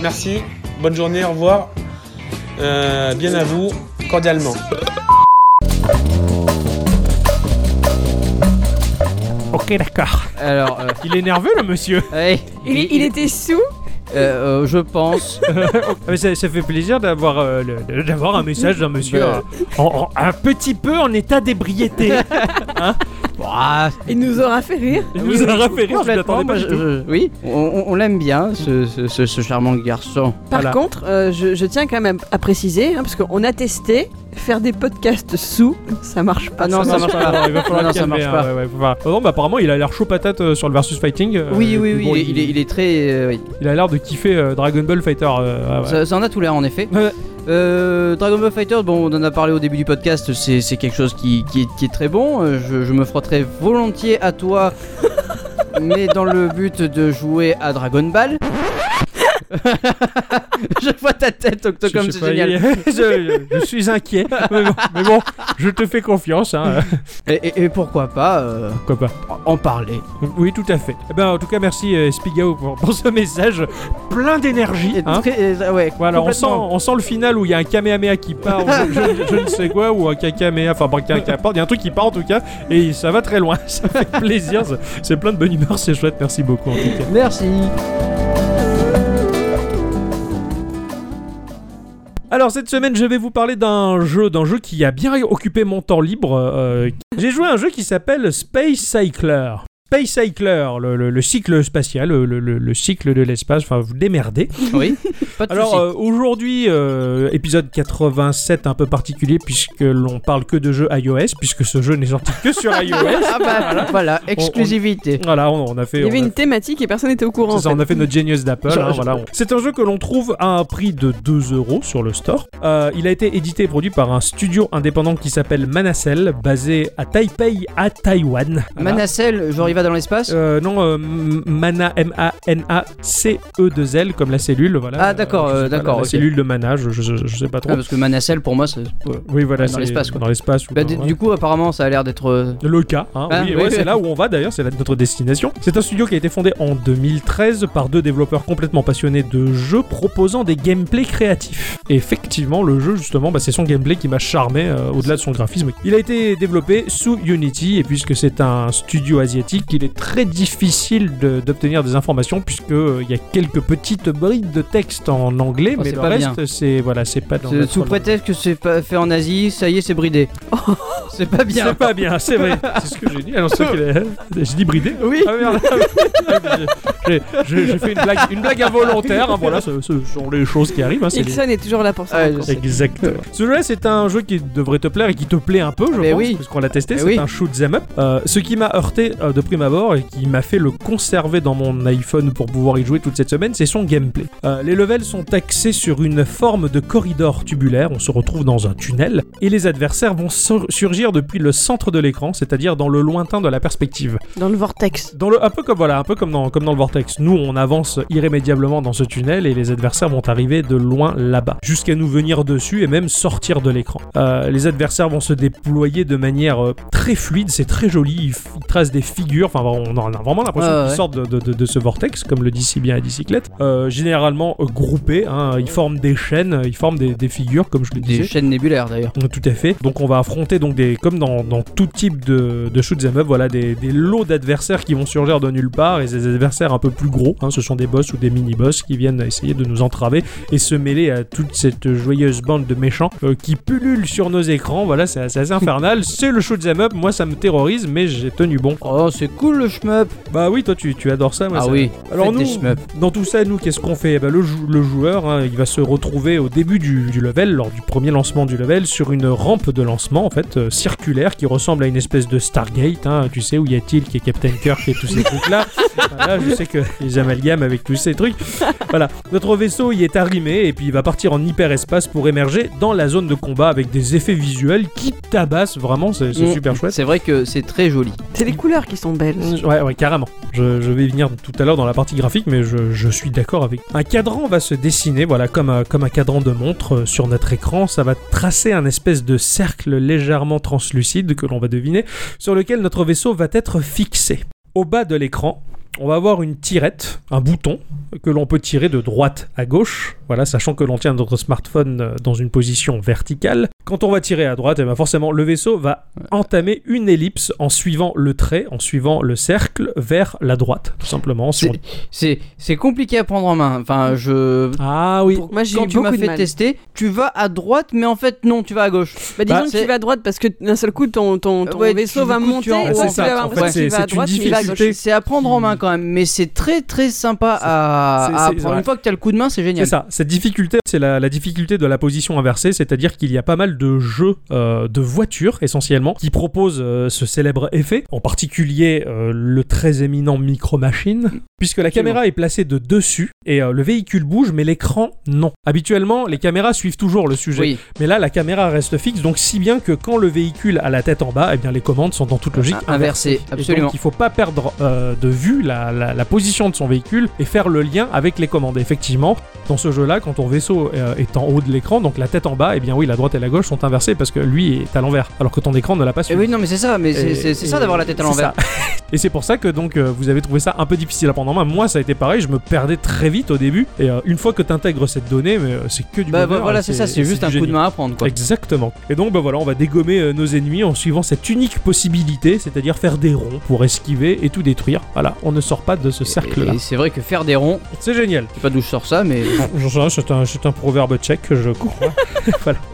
Merci, bonne journée, au revoir. Euh, bien à vous, cordialement. Ok d'accord. Alors, euh, Il est nerveux le monsieur. ouais, il, il était sous euh, euh, je pense. Ah, mais ça, ça fait plaisir d'avoir euh, le- le- d'avoir un message d'un monsieur Bah. euh, en- en- un petit peu en état d'ébriété. Hein Ouah, Il nous aura fait rire. il nous a fait rire, je Ah, Complètement, l'attendais pas moi, du je- tout. je- oui, on, on- on l'aime bien, ce, ce- ce- ce charmant garçon. Par Voilà. contre, euh, je, je tiens quand même à préciser, hein, parce qu'on a testé, faire des podcasts sous, ça marche pas. Ah non, ça marche pas. Il va falloir Non, le ça calmer, marche pas. hein, ouais, ouais, faut voir. Oh non, bah, apparemment, il a l'air chaud patate euh, sur le versus fighting. euh, oui, et oui, puis oui, bon, il, est- il est, il est très. euh, oui. il a l'air de kiffer euh, Dragon Ball Fighter. euh, ouais, ouais. ça, ça en a tout l'air en effet. Ouais. Euh, Dragon Ball Fighter, bon, on en a parlé au début du podcast, c'est c'est quelque chose qui, qui est, qui est très bon. Euh, Je, je me frotterai volontiers à toi, mais dans le but de jouer à Dragon Ball. je vois ta tête, Je- je Octocom, sais c'est pas, génial. il- je, je suis inquiet, mais bon, mais bon, je te fais confiance, hein, euh, Et, et- et pourquoi pas euh, pourquoi pas. en parler Oui, tout à fait. Eh ben, en tout cas, merci euh, Spigao pour, pour ce message plein d'énergie. Et hein. très- euh, ouais, Voilà, on sent, complètement. on sent le final où il y a un Kamehameha qui part, ou je, je- je ne sais quoi, ou un Kakamea, enfin, bref, qu'un- qu'importe, il y a un truc qui part en tout cas, et ça va très loin, ça fait plaisir, ça- c'est plein de bonne humeur, c'est chouette, merci beaucoup en tout cas. Merci. Alors, cette semaine, je vais vous parler d'un jeu, d'un jeu qui a bien occupé mon temps libre. euh, J'ai joué à un jeu qui s'appelle Space Cycler. Space Cycler, le, le- le cycle spatial, le, le- le- le cycle de l'espace, enfin, vous démerdez. Oui, pas de Alors soucis. euh, aujourd'hui, euh, épisode 87 un peu particulier puisque l'on parle que de jeux iOS, puisque ce jeu n'est sorti que sur euh, iOS. Ah bah voilà, exclusivité. Voilà, on, on a fait. Il y avait on a une thématique et personne n'était au courant. c'est ça, en on a fait notre Genius d'Apple. Je- hein, je- voilà. C'est un jeu que l'on trouve à un prix de 2 euros sur le store. Euh, il a été édité et produit par un studio indépendant qui s'appelle Manacel, basé à Taipei, à Taïwan. Voilà. Manacel, genre il va dans l'espace Ah. Euh, non, euh, M- Mana, M-A-N-A-C-E-2-L, E comme la cellule, voilà. Ah, d'accord, je sais euh, pas, d'accord, La ok. cellule de Mana, je, je- je- je sais pas trop. Ah, Parce que Manacel, pour moi, c'est. Oui, voilà, Dans c'est l'espace, quoi. Dans l'espace. ou Bah, dans- d- ouais. Du coup, apparemment, ça a l'air d'être. euh, Le cas, hein, Ah, oui, oui, ouais, oui. c'est là où on va d'ailleurs, c'est là notre destination. C'est un studio qui a été fondé en 2013 par deux développeurs complètement passionnés de jeux proposant des gameplays créatifs. Et effectivement, le jeu, justement, bah, c'est son gameplay qui m'a charmé euh, au-delà de son graphisme. Il a été développé sous Unity, et puisque c'est un studio asiatique, qu'il est très difficile de- d'obtenir des informations puisque euh, il y a quelques petites bribes de texte en anglais, Oh, mais c'est le pas bien. reste c'est voilà, c'est pas dans C'est- notre Sous langue. prétexte que c'est pas fait en Asie, ça y est, c'est bridé. c'est pas bien. C'est pas bien, c'est vrai. C'est ce que j'ai dit. Ah non, c'est ça qu'il est- J'ai dit bridé. Oui. Ah merde. Ah, J'ai- J'ai j'ai fait une blague, une blague involontaire. hein, voilà, ce, ce sont les choses qui arrivent. hein, c'est Ixon est toujours là pour ça. Ouais, encore. je sais. Exactement. Ce jeu-là, c'est un jeu qui devrait te plaire et qui te plaît un peu, je Mais pense, oui. parce qu'on l'a testé. Mais c'est oui. un shoot 'em up. Euh, ce qui m'a heurté euh, de prime abord et qui m'a fait le conserver dans mon iPhone pour pouvoir y jouer toute cette semaine, c'est son gameplay. Euh, les levels sont axés sur une forme de corridor tubulaire. On se retrouve dans un tunnel et les adversaires vont sur- surgir depuis le centre de l'écran, c'est-à-dire dans le lointain de la perspective Dans le vortex. dans le un peu comme voilà un peu comme dans comme dans le vortex nous on avance irrémédiablement dans ce tunnel et les adversaires vont arriver de loin là-bas jusqu'à nous venir dessus et même sortir de l'écran Euh, les adversaires vont se déployer de manière euh, très fluide c'est très joli ils, f- ils tracent des figures enfin on en a vraiment l'impression Ouais, qu'ils ouais. sortent de, de- de- de ce vortex comme le dit si bien Adicyclette euh, généralement euh, groupés hein, ils forment des chaînes ils forment des, des figures comme je le disais Des chaînes nébulaires d'ailleurs. tout à fait. Donc on va affronter donc des comme dans, dans tout type de, de shoot 'em up, voilà des, des lots d'adversaires qui vont surgir de nulle part et des adversaires un peu plus gros. hein. ce sont des boss ou des mini boss qui viennent essayer de nous entraver et se mêler à toute cette joyeuse bande de méchants euh, qui pullulent sur nos écrans. Voilà, c'est c'est assez infernal. c'est le shoot 'em up. Moi ça me terrorise, mais j'ai tenu bon. Oh, c'est cool le shmup. Bah oui, toi tu, tu adores ça. Moi, Ah ça- oui. Alors Faites nous, des shmups. dans tout ça, nous, qu'est-ce qu'on fait Eh ben, le, jou- le joueur, hein, il va se retrouver au début du, du level, lors du premier lancement du level, sur une rampe de lancement, en fait, euh, circulaire, qui ressemble à une espèce de Stargate, hein, tu sais, où y a-t-il qui est Captain Kirk et tous ces trucs-là. voilà, je sais que les amalgames avec tous ces trucs. Voilà, notre vaisseau y est arrimé, et puis il va partir en hyperespace pour émerger dans la zone de combat avec des effets visuels qui tabassent vraiment, c'est c'est Mm. super chouette. C'est vrai que c'est très joli. C'est les couleurs qui sont belles. Mm, Ouais, ouais, carrément. Je, je vais y venir tout à l'heure dans la partie graphique, mais je, je suis d'accord avec. Un cadran va se dessiner, voilà, comme un, comme un cadran de montre euh, sur notre écran. Ça va tracer un espèce de cercle légèrement translucide que l'on va deviner, sur lequel notre vaisseau va être fixé. Au bas de l'écran, on va avoir une tirette, un bouton, que l'on peut tirer de droite à gauche, voilà, sachant que l'on tient notre smartphone euh, dans une position verticale. Quand on va tirer à droite, eh ben forcément, le vaisseau va entamer une ellipse en suivant le trait, en suivant le cercle vers la droite, tout simplement. Si on- C'est c'est compliqué à prendre en main. Enfin, je. Ah oui, Pour- Moi j'ai eu Quand tu beaucoup m'as de fait mal. tester, tu vas à droite, mais en fait non, tu vas à gauche. Bah, disons Bah, que c'est- tu vas à droite parce que d'un seul coup ton, ton, ton Euh, ouais, vaisseau tu- va du coup, monter tu en- et toi c'est tu vas ça. avoir En fait, l'impression c'est- qu'il va c'est à une droite, mais il va à difficulté. gauche. C'est à prendre en main quand même, mais c'est très très sympa à, c'est- à c'est- pour ouais. une fois que t'as le coup de main, c'est C'est génial. ça, cette difficulté, c'est la, la difficulté de la position inversée, c'est-à-dire qu'il y a pas mal de jeux euh, de voitures essentiellement qui proposent euh, ce célèbre effet, en particulier euh, le très éminent Micro Machine, puisque la Mm. Absolument. caméra est placée de dessus et euh, le véhicule bouge, mais l'écran non. Habituellement, les caméras suivent toujours le sujet, Oui, mais là, la caméra reste fixe, donc si bien que quand le véhicule a la tête en bas, eh bien les commandes sont dans toute logique inversées. Ah, inversé, Et absolument. donc, il faut pas perdre euh, de vue la, la- la position de son véhicule et faire le lien avec les commandes. Et effectivement, dans ce jeu-là, quand ton vaisseau euh, est en haut de l'écran, donc la tête en bas, et bien oui, la droite et la gauche sont inversées parce que lui est à l'envers, alors que ton écran ne l'a pas Et suivi. Eh oui, non, mais c'est ça, mais c'est- Et- c'est c'est ça et- d'avoir la tête à c'est l'envers. ça. et c'est pour ça que donc euh, vous avez trouvé ça un peu difficile à prendre en main. Moi, ça a été pareil, je me perdais très vite au début. Et euh, une fois que tu intègres cette donnée, mais euh, c'est que du Bah bonheur, voilà, c'est ça, c'est juste du un coup génie. de main à prendre quoi. Exactement. Et donc, bah voilà, on va dégommer euh, nos ennemis en suivant cette unique possibilité, c'est-à-dire faire des ronds pour esquiver et tout détruire. Voilà, on ne sort pas de ce cercle-là. Et c'est vrai que faire des ronds, C'est génial. je sais pas d'où je sors ça, mais Je sais pas, C'est un, c'est un proverbe tchèque, je crois.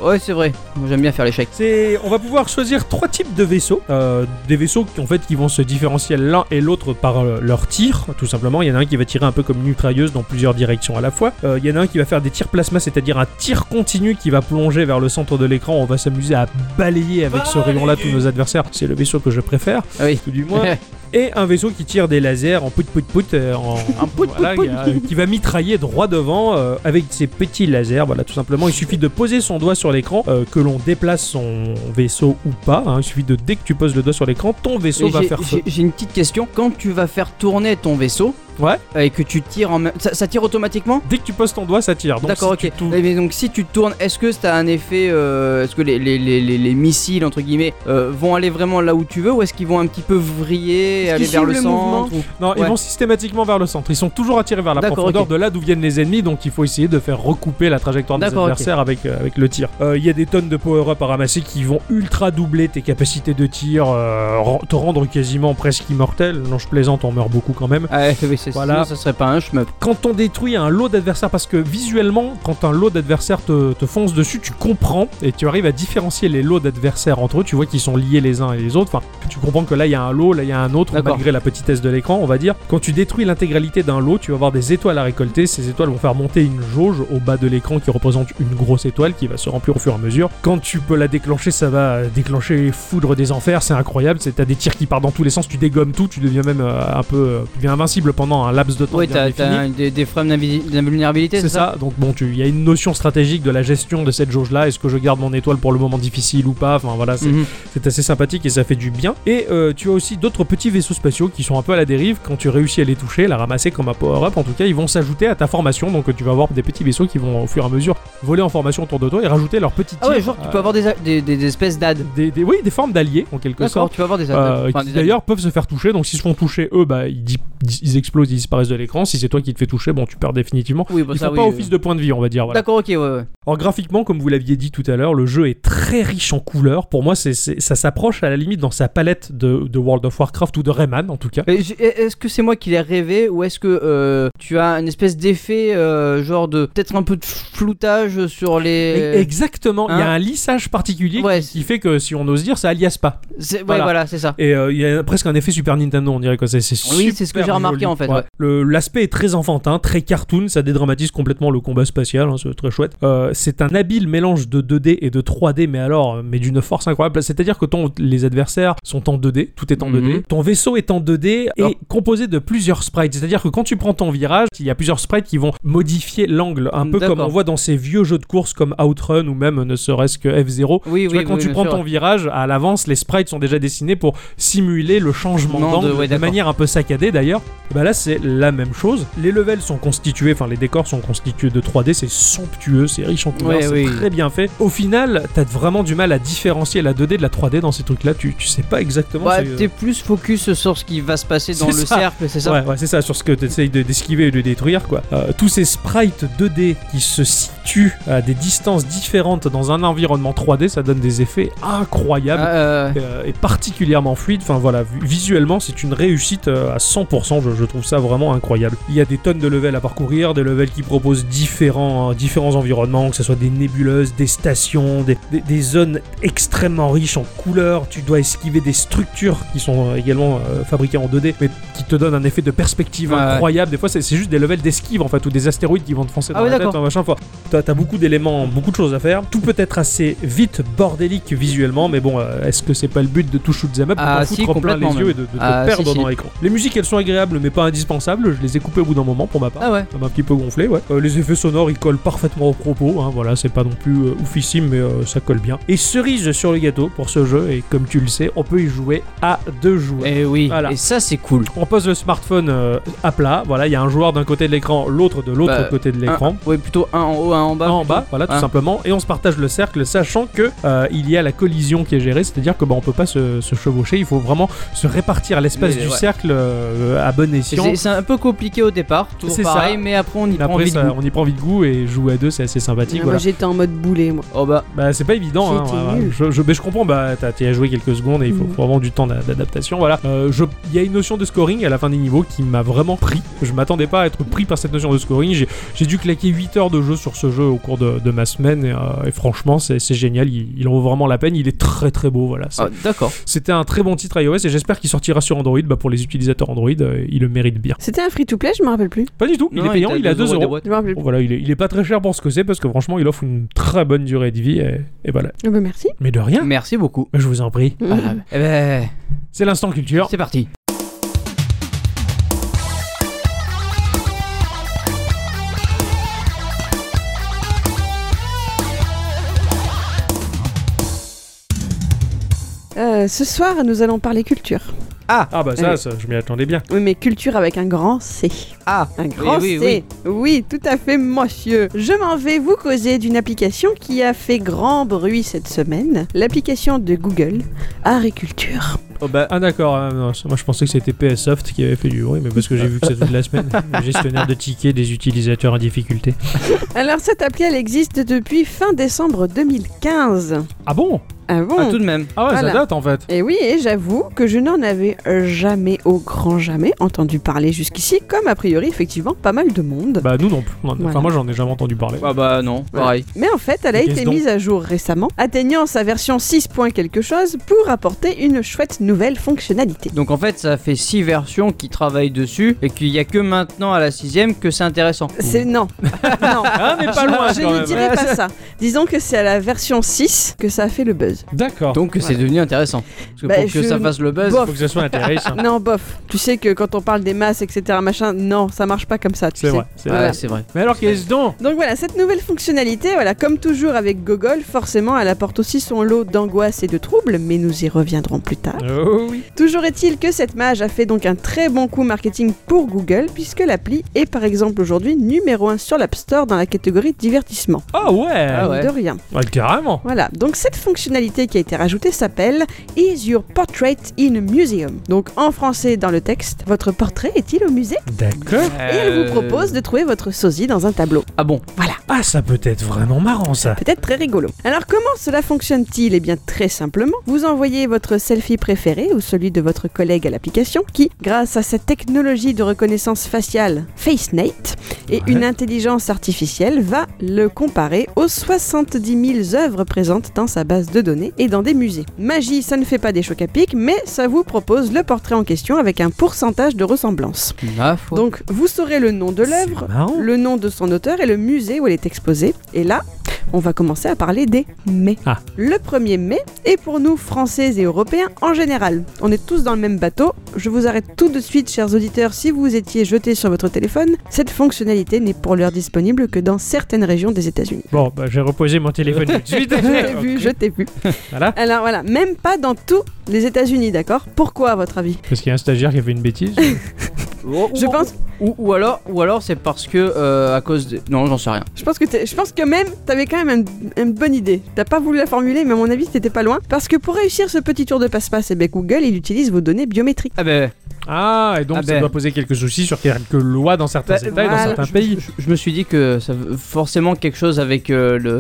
ouais, c'est vrai. Moi, J'aime bien faire l'échec. C'est, on va pouvoir choisir trois types de vaisseaux, Euh, des vaisseaux qui en fait qui vont se différencier l'un et l'autre par euh, leur tir, tout simplement. Il y en a un qui va tirer un peu comme une mitrailleuse dans plusieurs directions à la fois. Euh, il y en a un qui va faire des tirs plasma, c'est-à-dire un tir continu qui va plonger vers le centre de l'écran. On va s'amuser à balayer avec ce rayon-là tous nos adversaires. C'est le vaisseau que je préfère, Ah oui. tout du moins. et un vaisseau qui tire des lasers en pout pout pout euh, en Un pout, pout, voilà, pout. il y a- euh, qui va mitrailler droit devant euh, avec ses petits lasers voilà tout simplement il suffit de poser son doigt sur l'écran euh, que l'on déplace son vaisseau ou pas hein. il suffit de dès que tu poses le doigt sur l'écran ton vaisseau Et va j'ai- faire feu j'ai- J'ai une petite question. Quand tu vas faire tourner ton vaisseau, Ouais. euh, et que tu tires en même. Ça, ça tire automatiquement Dès que tu poses ton doigt, ça tire. Donc, D'accord, si ok. tu tou- Mais, mais donc si tu tournes, est-ce que ça a un effet euh, Est-ce que les, les- les- les- les missiles, entre guillemets, euh, vont aller vraiment là où tu veux ou est-ce qu'ils vont un petit peu vriller, Est-ce aller qu'ils vers le, suivent le centre ou- Non, ils Ouais. vont systématiquement vers le centre. Ils sont toujours attirés vers la D'accord, profondeur ok. de là d'où viennent les ennemis, donc il faut essayer de faire recouper la trajectoire des D'accord, ok. adversaires avec, euh, avec le tir. Euh, Il y a des tonnes de power-up à ramasser qui vont ultra doubler tes capacités de tir, euh, ren- te rendre quasiment presque immortel. Non, je plaisante, on meurt beaucoup quand même. Ah, oui, c'est- Voilà. sinon, ça serait pas un shmup. Quand on détruit un lot d'adversaires, parce que visuellement, quand un lot d'adversaires te, te fonce dessus, tu comprends et tu arrives à différencier les lots d'adversaires entre eux. Tu vois qu'ils sont liés les uns et les autres. Enfin, tu comprends que là il y a un lot, là il y a un autre, D'accord. malgré la petitesse de l'écran, on va dire. Quand tu détruis l'intégralité d'un lot, tu vas avoir des étoiles à récolter. Ces étoiles vont faire monter une jauge au bas de l'écran qui représente une grosse étoile qui va se remplir au fur et à mesure. Quand tu peux la déclencher, ça va déclencher foudre des enfers, c'est incroyable. C'est t'as des tirs qui partent dans tous les sens, tu dégommes tout, tu deviens même euh, un peu, euh, tu deviens invincible pendant un laps de temps. Oui, bien t'as défini. t'as un- des, des frames d'invi- d'invulnérabilité, C'est ça. Donc bon, tu- il y a une notion stratégique de la gestion de cette jauge-là. Est-ce que je garde mon étoile pour le moment difficile ou pas Enfin voilà, c'est Mhm. c'est assez sympathique et ça fait du bien. Et euh, tu as aussi d'autres petits vaisseaux spatiaux qui sont un peu à la dérive. Quand tu réussis à les toucher, la ramasser comme un power-up, en tout cas, ils vont s'ajouter à ta formation. Donc euh, tu vas avoir des petits vaisseaux qui vont au fur et à mesure voler en formation autour de toi et rajouter leurs petits Ah ouais, tirs, genre tu euh, peux avoir des, a- des, des- des espèces d'ad. des- des- oui, des formes d'alliés en quelque sorte. D'accord, tu peux avoir des ad. Euh, Enfin, qui des ad- d'ailleurs peuvent se faire toucher. Donc s'ils se font toucher, eux, bah, ils, di- ils explosent, ils disparaissent de l'écran. Si c'est toi qui te fais toucher, bon, tu perds définitivement. Oui, bah, Ils ça, font oui, pas oui. office de point de vie, on va dire. Voilà. D'accord, ok, ouais, ouais. Alors graphiquement, comme vous l'aviez dit tout à l'heure, le jeu est très riche en couleurs. Pour moi, c'est c'est- ça s'approche à la limite dans sa palette de, de World of Warcraft ou de Rayman en tout cas. Mais j'ai- eh, Est-ce que c'est moi qui l'ai rêvé ou est-ce que euh, tu as une espèce d'effet euh, genre de peut-être un peu de floutage sur Et- les. Exactement, il y a Euh, hein un lissage particulier Ouais, qui, qui fait que si on ose dire, ça alias pas. c'est- Ouais, voilà. voilà, c'est ça. Et euh, il y a presque un effet Super Nintendo, on dirait que c'est c'est Oui, c'est ce que super j'ai remarqué, joli. en fait, ouais. Le- L'aspect est très enfantin, très cartoon, ça dédramatise complètement le combat spatial, hein, c'est très chouette. Euh, c'est un habile mélange de 2D et de 3D, mais alors, mais d'une force incroyable. C'est-à-dire que ton, les adversaires sont en 2D, tout est en 2D. Mhm. Ton vaisseau est en 2D Alors- et composé de plusieurs sprites. C'est-à-dire que quand tu prends ton virage, il y a plusieurs sprites qui vont modifier l'angle, un peu comme D'accord. on voit dans ces vieux jeux de course comme Outrun ou même ne serait-ce que F-Zero. Oui, Tu oui, vois, quand oui, tu bien prends sûr. ton virage, à l'avance, les sprites sont déjà dessinés pour simuler le changement Non, d'angle de- ouais, de d'accord. manière un peu saccadée d'ailleurs. Et Bah là, c'est la même chose. Les levels sont constitués, enfin les décors sont constitués de 3D, c'est somptueux, c'est riche en couleurs, Ouais, c'est oui. très bien fait. Au final, t'as vraiment du mal à différencier la 2D de la 3D dans ces trucs-là. Tu, tu sais pas exactement. Ouais, c'est- Bah, euh, t'es plus focus sur ce qui va se passer dans C'est le ça. cercle, c'est ça Ouais, ouais, c'est ça, sur ce que tu essayes d'esquiver et de détruire, quoi. Euh, tous ces sprites 2D qui se situent à des distances différentes dans un environnement 3D, ça donne des effets incroyables. Ah, euh, euh, est particulièrement fluide. Enfin voilà, vu- visuellement, c'est une réussite euh, à 100%. Je, je trouve ça vraiment incroyable. Il y a des tonnes de levels à parcourir, des levels qui proposent différents, euh, différents environnements, que ce soit des nébuleuses, des stations, des, des- des zones extrêmement riches en couleurs. Tu dois esquiver des structures qui sont euh, également euh, fabriquées en 2D, mais qui te donnent un effet de perspective Ouais, ouais. incroyable. Des fois, c'est c'est juste des levels d'esquive en fait, ou des astéroïdes qui vont te foncer dans Ah ouais, la tête, d'accord. un machin. Enfin, T'as t'as beaucoup d'éléments, beaucoup de choses à faire. Tout peut être assez vite bordélique visuellement, mais bon, euh, est-ce que c'est pas le but de tout shoot them up pour Ah, t'en si, foutre en plein les complètement yeux même. et de, de te Ah, perdre si, si. dans l'écran Les musiques, elles sont agréables, mais pas indispensables. Je les ai coupées au bout d'un moment pour ma part. ah ouais. Ça m'a un petit peu gonflé, ouais. Euh, les effets sonores, ils collent parfaitement au propos. hein, voilà, c'est pas non plus euh, oufissime, mais euh, ça colle bien. Et cerise sur le gâteau pour ce jeu, et comme tu le sais, on peut y jouer à deux joueurs. Et Eh oui, Voilà. et ça c'est cool. On pose le smartphone euh, à plat. Voilà, il y a un joueur d'un côté de l'écran, l'autre de l'autre Bah, côté de l'écran. Un- ouais, plutôt un en haut, un en bas. Un en plutôt. bas, voilà tout Hein. simplement, et on se partage le cercle, sachant que euh, il y a la collision qui est gérée, c'est-à-dire que bah, on peut pas se, se chevaucher, il faut vraiment se répartir l'espace Mais, du ouais. cercle euh, à bon Et escient. C'est c'est un peu compliqué au départ, toujours C'est ça. pareil, mais après on y Mais prend Après, vite ça- goût. on y prend vite goût et jouer à deux, c'est assez sympathique. Moi voilà. j'étais en mode boulet, moi. Oh bah, Bah, c'est Mm. pas évident. Hein, J'étais voilà. nulle. je, je, mais je comprends. Bah, t'as t'y as joué quelques secondes et il faut Mhm. faut vraiment du temps d'a- d'adaptation. Voilà. Euh, je- Il y a une notion de scoring à la fin des niveaux qui m'a vraiment pris. Je m'attendais pas à être pris par cette notion de scoring. J'ai- J'ai dû claquer 8 heures de jeu sur ce jeu au cours de, de ma semaine et, euh, et franchement, c'est c'est génial. Il, il en vaut vraiment la peine. Il est très très beau. Voilà. C'est- ah, d'accord. C'était un très bon titre iOS et j'espère qu'il sortira sur Android. Bah, pour les utilisateurs Android, euh, il le mérite bien. C'était un free-to-play, je me rappelle plus. Pas du tout. il Non, est payant. était Il, à a 2 des euros. boîtes. Je me rappelle Bon, plus. voilà, il est, il est pas très cher pour ce que c'est parce que franchement, il offre une très bonne durée de vie et, et voilà. Ah bah merci. Mais de rien. Merci beaucoup. Mais je vous en prie. Mm. Ah, bah, eh ben, C'est l'instant culture. c'est parti. Euh, ce soir, nous allons parler culture. Ah Ah bah ça, Oui. ça, je m'y attendais bien. Oui, mais culture avec un grand C. Ah Un grand oui, C. Oui. tout à fait, monsieur. Je m'en vais vous causer d'une application qui a fait grand bruit cette semaine. L'application de Google, Agriculture. Oh bah. Ah d'accord, ah, non, ça, moi je pensais que c'était PS Soft qui avait fait du bruit, mais parce que j'ai vu que c'est toute la semaine. Le gestionnaire de tickets des utilisateurs en difficulté. Alors, cette appli, elle existe depuis fin décembre 2015. Ah bon Ah bon Ah, tout de même. Ah ouais, Voilà. ça date en fait. Et oui, et j'avoue que je n'en avais jamais, au grand jamais, entendu parler jusqu'ici, comme a priori, effectivement, pas mal de monde. Bah nous non plus. Non, Voilà. Enfin moi j'en ai jamais entendu parler. Ah bah non, pareil. Mais en fait, elle a Mais été qu'est-ce mise à jour récemment, atteignant sa version 6. point quelque chose pour apporter une chouette nouvelle fonctionnalité. Donc en fait, ça fait 6 versions qui travaillent dessus et qu'il n'y a que maintenant à la sixième que c'est intéressant. C'est non. non. Ah mais pas loin je quand ne même. dirais pas ça. Disons que c'est à la version 6 que ça a fait le buzz. D'accord. Donc c'est devenu intéressant. Parce que Bah, pour que je- ça fasse le buzz, Bof. Faut que ça soit intéressant. Non, bof. Tu sais que quand on parle des masses, etc., machin, non, ça marche pas comme ça. tu C'est sais. vrai. c'est Ouais, vrai. Voilà. c'est vrai. Mais alors qu'est-ce donc Donc voilà, cette nouvelle fonctionnalité, voilà, comme toujours avec Gogol, forcément, elle apporte aussi son lot d'angoisse et de troubles, mais nous y reviendrons plus tard. Oh oui. Toujours est-il que cette mage a fait donc un très bon coup marketing pour Google, puisque l'appli est par exemple aujourd'hui numéro 1 sur l'App Store dans la catégorie divertissement. Ah ouais. Ah ouais. De rien. Ouais, Carrément. Voilà, donc cette fonctionnalité qui a été rajoutée s'appelle Is Your Portrait in a Museum Donc en français dans le texte, votre portrait est-il au musée D'accord. Et elle vous Euh. propose de trouver votre sosie dans un tableau. Ah bon Ah ça peut être vraiment marrant ça. Peut-être très rigolo. Alors comment cela fonctionne-t-il Eh bien très simplement, vous envoyez votre selfie préféré ou celui de votre collègue à l'application qui, grâce à sa technologie de reconnaissance faciale FaceNate et Ouais. une intelligence artificielle, va le comparer aux 70 000 œuvres présentes dans sa base de données et dans des musées. Magie, ça ne fait pas des chocs à pic, mais ça vous propose le portrait en question avec un pourcentage de ressemblance. Ma foi. Donc vous saurez le nom de l'œuvre, C'est marrant. le nom de son auteur et le musée où elle est exposée. Et là, on va commencer à parler des mai. Ah. Le 1er mai est pour nous, Français et Européens en général. On est tous dans le même bateau. Je vous arrête tout de suite, chers auditeurs, si vous étiez jeté sur votre téléphone. Cette fonctionnalité n'est pour l'heure disponible que dans certaines régions des États-Unis. Bon bah j'ai reposé mon téléphone tout de suite. Je t'ai vu, je t'ai vu. Voilà. Alors voilà, même pas dans tous les États-Unis, d'accord Pourquoi, à votre avis Parce qu'il y a un stagiaire qui a fait une bêtise. Ou- Je ou- pense, Ou, ou alors, ou alors c'est parce que euh, à cause de. Non, j'en sais rien. je pense que t'es- je pense que même t'avais quand même un- une bonne idée. T'as pas voulu la formuler, mais à mon avis t'étais pas loin. Parce que pour réussir ce petit tour de passe-passe, eh ben Google il utilise vos données biométriques. Ah ben, Ah, et donc Ah ça ben. doit poser quelques soucis sur quelques lois dans certains Bah, États et dans voilà. certains pays. je, je me suis dit que ça veut forcément quelque chose avec euh, le.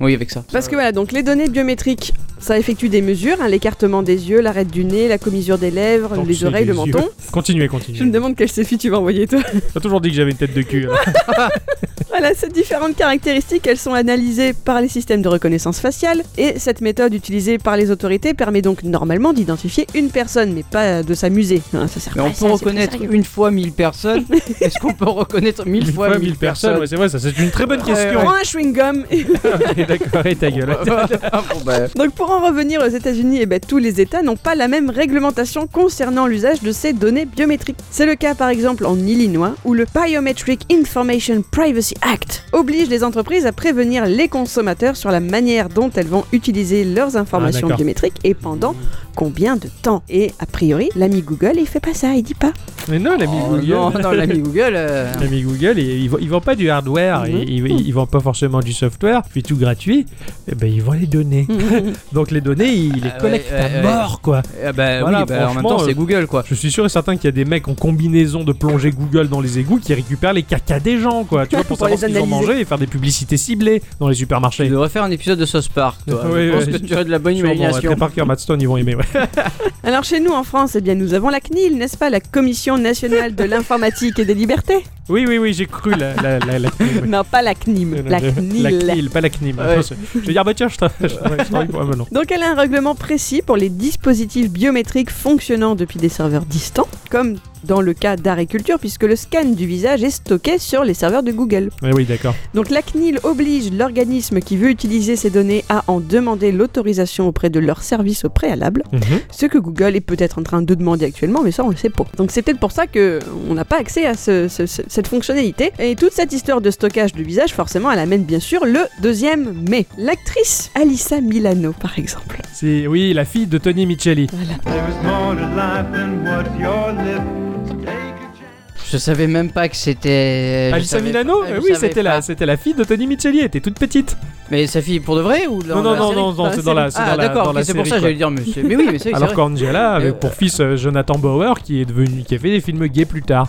Oui, avec ça. Parce que voilà, donc les données biométriques, ça effectue des mesures, hein, l'écartement des yeux, l'arête du nez, la commissure des lèvres, Tant que les c'est oreilles, des le menton. yeux. Continuez, Je me continuez. demande quelle selfie tu vas envoyer toi. T'as toujours dit que j'avais une tête de cul. hein. alors. Voilà, ces différentes caractéristiques, elles sont analysées par les systèmes de reconnaissance faciale et cette méthode utilisée par les autorités permet donc normalement d'identifier une personne, mais pas de s'amuser. hein, ça sert Mais on peut reconnaître une fois mille personnes. Est-ce qu'on peut reconnaître mille fois mille, personnes, ouais, c'est vrai, ça c'est une très bonne Ouais, question. Euh, Prends un chewing-gum et Ok, D'accord, et ta gueule. Ah, bon, bah, Donc pour en revenir aux États-Unis, eh ben, tous les États n'ont pas la même réglementation concernant l'usage de ces données biométriques. C'est le cas par exemple en Illinois où le Biometric Information Privacy Act oblige les entreprises à prévenir les consommateurs sur la manière dont elles vont utiliser leurs informations Ah, d'accord. biométriques et pendant combien de temps. Et a priori, l'ami Google, il fait pas ça, il dit pas. Mais non, l'ami oh, Google. non, non, l'ami Google. euh, L'ami Google, il, il vend, il vend pas du hardware, Mhm. il, Mm-hmm. il- il vend pas forcément du software, puis tout gratuit. Et ben, il vend les données. Donc les données, il les Mm-hmm. Ah, ouais, collecte à ouais, ouais. mort, quoi. Ah bah, Voilà, oui, bah, en même temps, franchement, c'est euh, Google quoi. Je suis sûr et certain qu'il y a des mecs en combinaison de plongée Google dans les égouts qui récupèrent les cacas des gens, quoi. Tu vois, pour, Pour savoir les ce qu'ils ont analyser. mangé et faire des publicités ciblées dans les Tu supermarchés. devrais faire un épisode de Sauce Park, toi. Oui, je pense oui. que tu as de la bonne Sûrement, ouais, imagination. Trey Parker, Matt Stone, ils vont aimer. ouais. Alors chez nous en France, eh bien nous avons la CNIL, n'est-ce pas, la Commission nationale de l'informatique et des libertés Oui, oui, oui, j'ai cru la, la, la, la CNIL. oui. Non, pas la CNIM, la La CNIL. CNIL, pas la CNIM. Ouais. Non, c'est- Je vais dire, bah tiens, je t'en- je t'en- je t'en- ouais, bah non. Donc elle a un règlement précis pour les dispositifs biométriques fonctionnant depuis des serveurs distants, comme dans le cas d'Agriculture, puisque le scan du visage est stocké sur les serveurs de Google. Oui, oui, d'accord. Donc la CNIL oblige l'organisme qui veut utiliser ces données à en demander l'autorisation auprès de leur service au préalable, Mhm. ce que Google est peut-être en train de demander actuellement, mais ça on le sait pas. Donc c'est peut-être pour ça que on n'a pas accès à ce- ce- ce- cette fonctionnalité. Et toute cette histoire de stockage du visage, forcément, elle amène bien sûr le deuxième mai. L'actrice Alissa Milano, par exemple. C'est, oui, la fille de Tony Micheli. Ah, Voilà. There's more to life than what your lips take a chance. Je savais même pas que c'était. je Alissa savais- Milano ouais, euh, je Oui, savais c'était pas. la, c'était la fille de Tony Micheli, elle était toute petite. Mais sa fille pour de vrai ou dans non, non, la non, série non, dans non, la c'est dans la, c'est Ah dans la, d'accord, dans ok, la c'est pour série, ça que quoi. j'allais dire monsieur. Mais oui, mais c'est Alors vrai. qu'Angela avait Euh, pour fils euh, Jonathan Bauer, qui est devenu, qui a fait des films gays plus tard,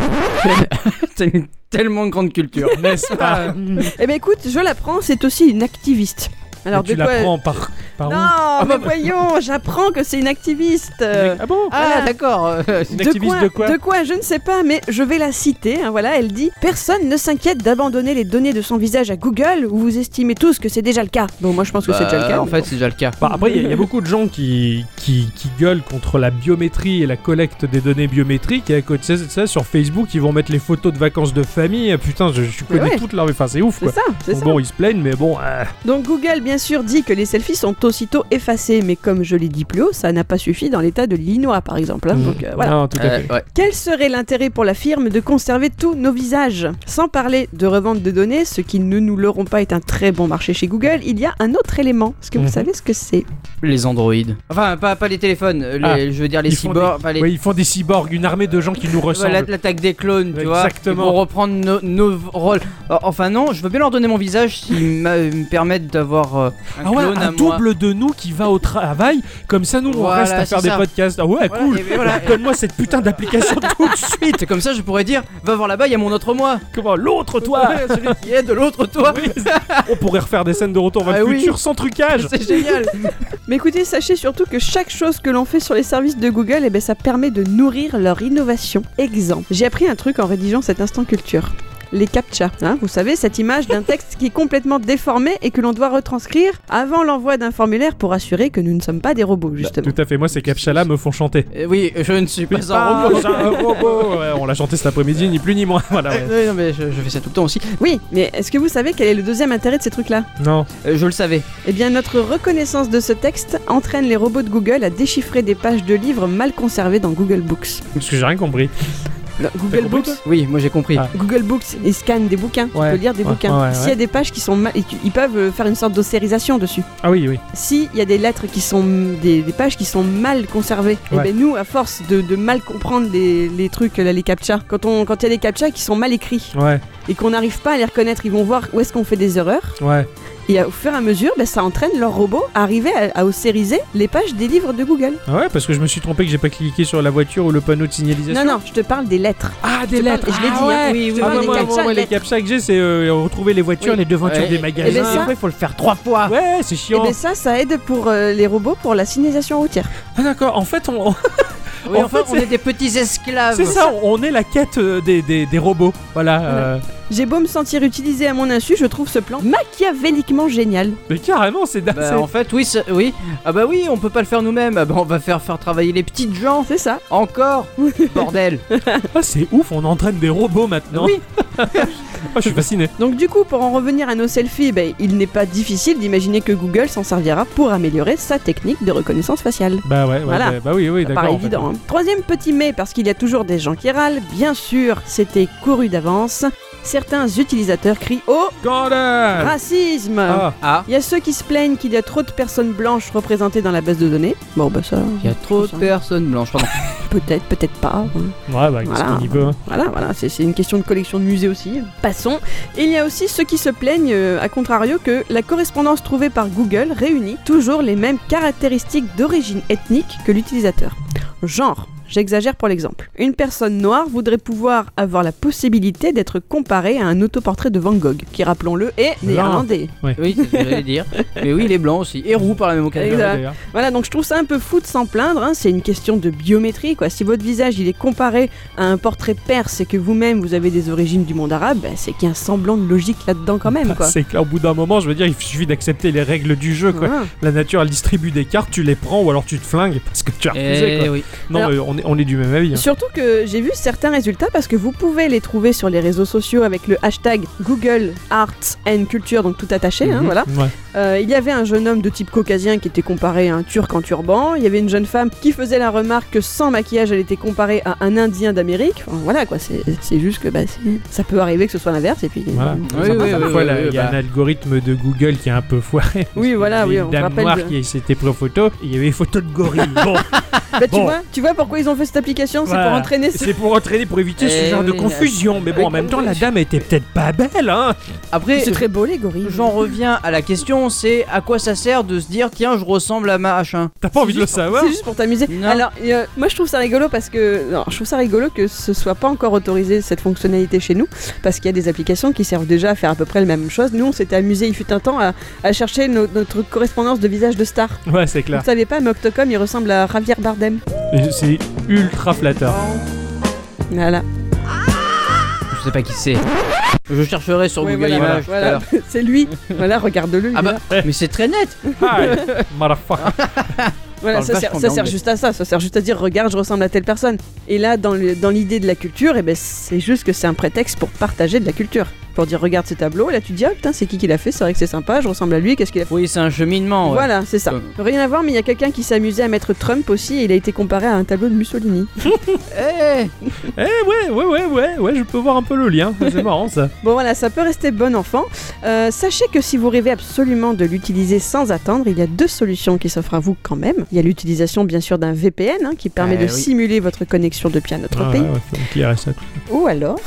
T'as une tellement grande culture. n'est-ce pas Eh bien écoute, je l'apprends, c'est aussi une activiste. Alors Mais Tu hein, de quoi l'apprends par, par Non, où mais bah. voyons, j'apprends que c'est une activiste. euh, Ah bon Ah, Ah. d'accord. euh, Une activiste de quoi je ne sais pas, mais je vais la citer. hein, voilà, elle dit Personne ne s'inquiète d'abandonner les données de son visage à Google, ou vous estimez tous que c'est déjà le cas. Bon, moi je pense que c'est déjà le Bah, cas. En mais fait, bon. c'est déjà le cas. Ah. Enfin, après, il y a- il y, a beaucoup de gens qui, qui, qui gueulent contre la biométrie et la collecte des données biométriques. Et à côté de ça, sur Facebook, ils vont mettre les photos de vacances de famille. Ah, Putain, je, je connais ouais. toute leur. Enfin, c'est ouf, c'est quoi. ça, c'est Bon, ça. bon, ils se plaignent, mais bon. euh, Donc Google, bien sûr, dit que les selfies sont aussitôt effacés, mais comme je l'ai dit plus haut, ça n'a pas suffi dans l'état de l'Inois, par exemple. Mmh. hein, Donc euh, voilà. Non, tout à Euh, fait. ouais. Quel serait l'intérêt pour la firme de conserver tous nos visages Sans parler de revente de données, ce qui ne nous l'auront pas est un très bon marché chez Google, il y a un autre élément. Est-ce que vous Mhm. savez ce que c'est Les androïdes. Enfin, pas, pas les téléphones. euh, les- Ah. je veux dire les Ils font cyborgs. enfin, les- Ouais, ils font des cyborgs, une armée de gens qui nous Voilà, ressemblent. L'attaque des clones, tu vois. Exactement. Pour reprendre nos, nos rôles. Euh, Enfin, non, je veux bien leur donner mon visage s'ils m'a- euh, me permettent d'avoir euh, un Ah ouais, clone à moi. un double de nous qui va au travail, comme ça nous on Voilà, reste à c'est faire des ça. podcasts. Ah ouais, Voilà, cool. et voilà, et- Donne-moi cette putain d'application tout de suite. C'est comme ça, je pourrais dire va voir là-bas, il y a mon autre moi. Comment l'autre toi Ouais, Celui qui est de l'autre toi. Oui. On pourrait refaire des scènes de retour vers Ah le oui. futur sans trucage. C'est génial. Mais écoutez, sachez surtout que chaque chose que l'on fait sur les services de Google, eh ben, ça permet de nourrir leur innovation. Exemple, j'ai appris un truc en rédigeant cet instant culture. Les captcha, hein, vous savez, cette image d'un texte qui est complètement déformé et que l'on doit retranscrire avant l'envoi d'un formulaire pour assurer que nous ne sommes pas des robots, justement. Bah, Tout à fait, moi ces captcha-là me font chanter. Euh, oui, je ne suis Bah, pas un Pas robot. un robot. Ouais, on l'a chanté cet après-midi, ni plus ni moins. Voilà, ouais. Euh, non, mais je, je fais ça tout le temps aussi. Oui, mais est-ce que vous savez quel est le deuxième intérêt de ces trucs-là Non. Euh, je le savais. Eh bien, notre reconnaissance de ce texte entraîne les robots de Google à déchiffrer des pages de livres mal conservées dans Google Books. Parce que j'ai rien compris. Non, T'as Google compris, Books toi Oui, moi j'ai compris. Ah. Google Books, ils scannent des bouquins, Ouais, tu peux lire des ouais, bouquins. ouais, ouais. S'il y a des pages qui sont mal. et tu- Ils peuvent euh, faire une sorte d'ossérisation dessus. Ah oui, oui. S'il y a des lettres qui sont. des, des pages qui sont mal conservées, eh Ouais. ben nous, à force de, de mal comprendre les, les trucs, là, les captchas, quand on- quand il y a des captchas qui sont mal écrits Ouais, et qu'on n'arrive pas à les reconnaître, ils vont voir où est-ce qu'on fait des erreurs. ouais. Et au fur et à mesure, ben, ça entraîne leur robot à arriver à, à ossériser les pages des livres de Google. Ah ouais, parce que je me suis trompé que j'ai pas cliqué sur la voiture ou le panneau de signalisation. Non, non, je te parle des lettres. Ah, des Je te parle- lettres. je l'ai ah dit, hein. ouais. Oui, oui, Ah, oui, moi, des moi, captchas, moi, des les captcha que j'ai, c'est euh, retrouver les voitures, Oui. les devantures Ouais. des Et- magasins. et ben ça- Eh Après, il faut le faire trois fois. Ouais, c'est Et chiant. bien ben, ça, ça aide pour euh, les robots pour la signalisation routière. Ah d'accord, en fait, on... Oui, En enfin, fait, on c'est- est des petits Ah, esclaves. c'est ça, on est la quête euh, des, des, des robots. Voilà. euh, J'ai beau me sentir utilisé à mon insu, je trouve ce plan machiavéliquement génial. Mais carrément, c'est... Bah, c'est- en fait, oui, c'est- oui. Ah bah oui, on peut pas le faire nous-mêmes. Ah bah on va faire faire travailler les petites gens. C'est ça. Encore Bordel Ah, c'est ouf, on entraîne des robots maintenant. Oui. Ah, je suis fasciné. Donc du coup, pour en revenir à nos selfies, ben, il n'est pas difficile d'imaginer que Google s'en servira pour améliorer sa technique de reconnaissance faciale. Bah ouais, ouais, Voilà. bah, bah oui, oui, Ça d'accord. paraît en fait. évident. hein. Troisième petit mais, parce qu'il y a toujours des gens qui râlent, bien sûr, c'était couru d'avance. Certains utilisateurs crient Oh, Scandale racisme Ah, Ah Il y a ceux qui se plaignent qu'il y a trop de personnes blanches représentées dans la base de données. Bon, bah ça, Il y a trop de personnes blanches, pardon. peut-être, peut-être pas. hein. ouais, bah qu'est-ce Voilà. euh, qu'on y veut hein. Voilà, voilà, c'est c'est une question de collection de musée aussi. Passons. Et il y a aussi ceux qui se plaignent, euh, à contrario, que la correspondance trouvée par Google réunit toujours les mêmes caractéristiques d'origine ethnique que l'utilisateur. Genre. J'exagère pour l'exemple. Une personne noire voudrait pouvoir avoir la possibilité d'être comparée à un autoportrait de Van Gogh, qui, rappelons-le, est néerlandais. Oui, c'est ce que j'allais dire. Mais oui, les blancs aussi. Et roux par la même occasion. Exact. D'ailleurs. Voilà, donc je trouve ça un peu fou de s'en plaindre, hein, c'est une question de biométrie, quoi. Si votre visage il est comparé à un portrait perse et que vous-même vous avez des origines du monde arabe, bah, c'est qu'il y a un semblant de logique là-dedans quand même, Bah, quoi. C'est clair, au bout d'un moment, je veux dire, il suffit d'accepter les règles du jeu, quoi. Voilà. La nature, elle distribue des cartes, tu les prends ou alors tu te flingues parce que tu as refusé, Eh quoi. oui. Non, Alors- mais on, est, on est du même avis. hein. Surtout que j'ai vu certains résultats parce que vous pouvez les trouver sur les réseaux sociaux avec le hashtag Google Arts and Culture, donc tout attaché, hein, Mhm. voilà. Ouais. Euh, il y avait un jeune homme de type caucasien qui était comparé à un Turc en turban. Il y avait une jeune femme qui faisait la remarque que sans maquillage, elle était comparée à un Indien d'Amérique. Enfin, voilà quoi, c'est c'est juste que bah, c'est- ça peut arriver que ce soit l'inverse. Et puis, euh, Voilà. Oui, oui, oui, Parfois, oui, là, oui, il y a bah. un algorithme de Google qui est un peu foiré. Oui, voilà, oui, on Une dame rappelle noire de- qui s'était pris en photo, il y avait une photo de gorille. Bon, Bah, tu, Bon. vois, tu vois pourquoi ils ont fait cette application C'est Voilà. pour entraîner ce- c'est pour entraîner, pour éviter ce Eh genre de oui, confusion. Mais bon, en même temps, la dame était peut-être pas belle, hein. Après, euh, C'est très beau les gorilles. j'en reviens à la question, c'est à quoi ça sert de se dire tiens, je ressemble à ma H1 T'as pas envie de le savoir C'est juste pour t'amuser. Non. Alors, euh, moi je trouve ça rigolo parce que. non, je trouve ça rigolo que ce soit pas encore autorisé cette fonctionnalité chez nous parce qu'il y a des applications qui servent déjà à faire à peu près la même chose. Nous on s'était amusé il fut un temps à, à chercher no- notre correspondance de visage de star. Ouais, c'est Ah. Vous clair. savez pas, mais Octocom il ressemble à Javier Bardem. Et C'est ultra flatteur. Voilà. Je sais pas qui c'est. Je chercherai sur Ouais, Google voilà, Images voilà. tout à l'heure. C'est lui. voilà, regarde-le. lui, Ah bah, là. mais c'est très net Hi, motherfucker. Voilà, parle ça, sert, vachement bien ça sert anglais. juste à ça. Ça sert juste à dire regarde, je ressemble à telle personne. Et là, dans le- dans l'idée de la culture, eh ben, c'est juste que c'est un prétexte pour partager de la culture. Pour dire regarde ce tableau, et là tu te dis ah putain, c'est qui qui l'a fait C'est vrai que c'est sympa, je ressemble à lui, qu'est-ce qu'il a fait Oui, c'est un cheminement. ouais. Euh. Voilà, c'est ça. Ouais. Rien à voir, mais il y a quelqu'un qui s'est amusé à mettre Trump aussi et il a été comparé à un tableau de Mussolini. Eh, Eh ouais, ouais, ouais, ouais, ouais, je peux voir un peu le lien. C'est marrant ça. Bon voilà, ça peut rester bon enfant. Euh, sachez que si vous rêvez absolument de l'utiliser sans attendre, il y a deux solutions qui s'offrent à vous quand même. Il y a l'utilisation bien sûr d'un VPN hein, qui permet Eh de oui. simuler votre connexion depuis un autre Ah, pays. ouais, faut éclairer ça. Ou alors,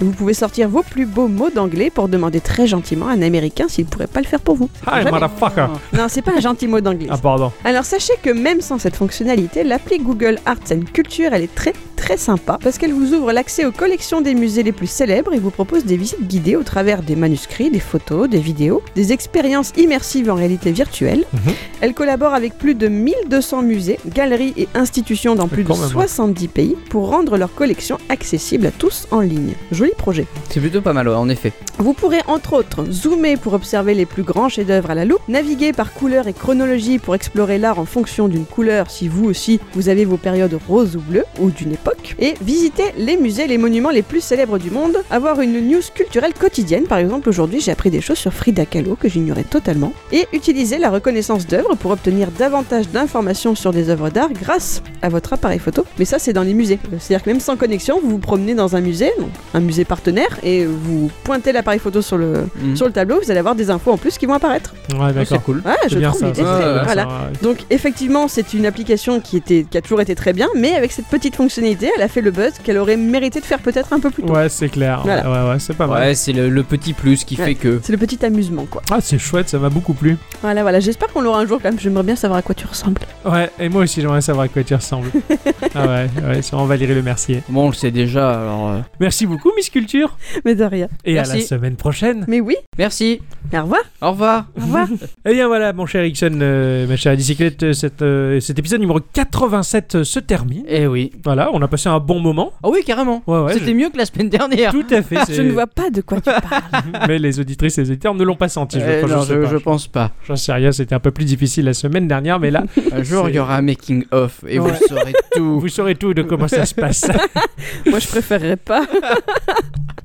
vous pouvez sortir vos plus beaux mots d'anglais pour demander très gentiment à un Américain s'il pourrait pas le faire pour vous. Hi, Jamais. motherfucker. Non, c'est pas un gentil mot d'anglais. Ah, pardon. Alors sachez que même sans cette fonctionnalité, l'appli Google Arts and Culture, elle est très très sympa parce qu'elle vous ouvre l'accès aux collections des musées les plus célèbres et vous propose des visites guidées au travers des manuscrits, des photos, des vidéos, des expériences immersives en réalité virtuelle. Mhm. Elle collabore avec plus de 1200 musées, galeries et institutions dans plus de Quand même, hein. 70 pays pour rendre leur collection accessible à tous en ligne. Joli projet. c'est plutôt pas mal, ouais, en effet. Vous pourrez entre autres zoomer pour observer les plus grands chefs-d'œuvre à la loupe, naviguer par couleur et chronologie pour explorer l'art en fonction d'une couleur si vous aussi vous avez vos périodes roses ou bleues ou d'une époque, et visiter les musées, et les monuments les plus célèbres du monde, avoir une news culturelle quotidienne. Par exemple, aujourd'hui j'ai appris des choses sur Frida Kahlo que j'ignorais totalement, et utiliser la reconnaissance d'œuvres pour obtenir davantage d'informations sur des œuvres d'art grâce à votre appareil photo. Mais ça, c'est dans les musées. C'est-à-dire que même sans connexion, vous vous promenez dans un musée, donc un musée partenaire, et vous pointez l'appareil photo sur le, Mhm. sur le tableau, vous allez avoir des infos en plus qui vont apparaître. Ouais, d'accord. C'est cool. Ah, je C'est bien trouve ça. l'idée ça, ouais, très- ouais, voilà. ça, ouais. Donc effectivement, c'est une application qui, était, qui a toujours été très bien, mais avec cette petite fonctionnalité, elle a fait le buzz qu'elle aurait mérité de faire peut-être un peu plus tôt. Ouais, c'est clair. Voilà. Ouais, ouais, c'est pas mal. Ouais, c'est le, le petit plus qui Ouais. fait que. C'est le petit amusement, quoi. Ah, c'est chouette, ça m'a beaucoup plu. Voilà, voilà. J'espère qu'on l'aura un jour quand même. J'aimerais bien savoir à quoi tu ressembles. Ouais, et moi aussi, j'aimerais savoir à quoi tu ressembles. ah ouais, ouais, c'est en Valérie Le Mercier. Bon, on le sait déjà, alors. euh, Merci beaucoup, Miss Culture. Mais de rien. Et à la Merci. semaine prochaine. Mais oui. Merci, Au revoir. au revoir. Au revoir. Eh bien voilà, mon cher Ixon, euh, ma chère bicyclette, euh, cette, euh, cet épisode numéro 87 euh, se termine. Eh oui. Voilà, on a passé un bon moment. Ah oui, carrément. Ouais, ouais, C'était mieux que la semaine je- dernière. Tout à fait. Je c'est- ne vois pas de quoi tu parles. Mais les auditrices et les auditeurs ne l'ont pas senti. Je, Eh enfin, je non, sais je, pas. je pense pas. J'en sais rien, c'était un peu plus difficile la semaine dernière, mais là, Un jour, C'est- il y aura un making off et Ouais. vous saurez tout. vous saurez tout de comment ça se passe. Moi, je préférerais pas.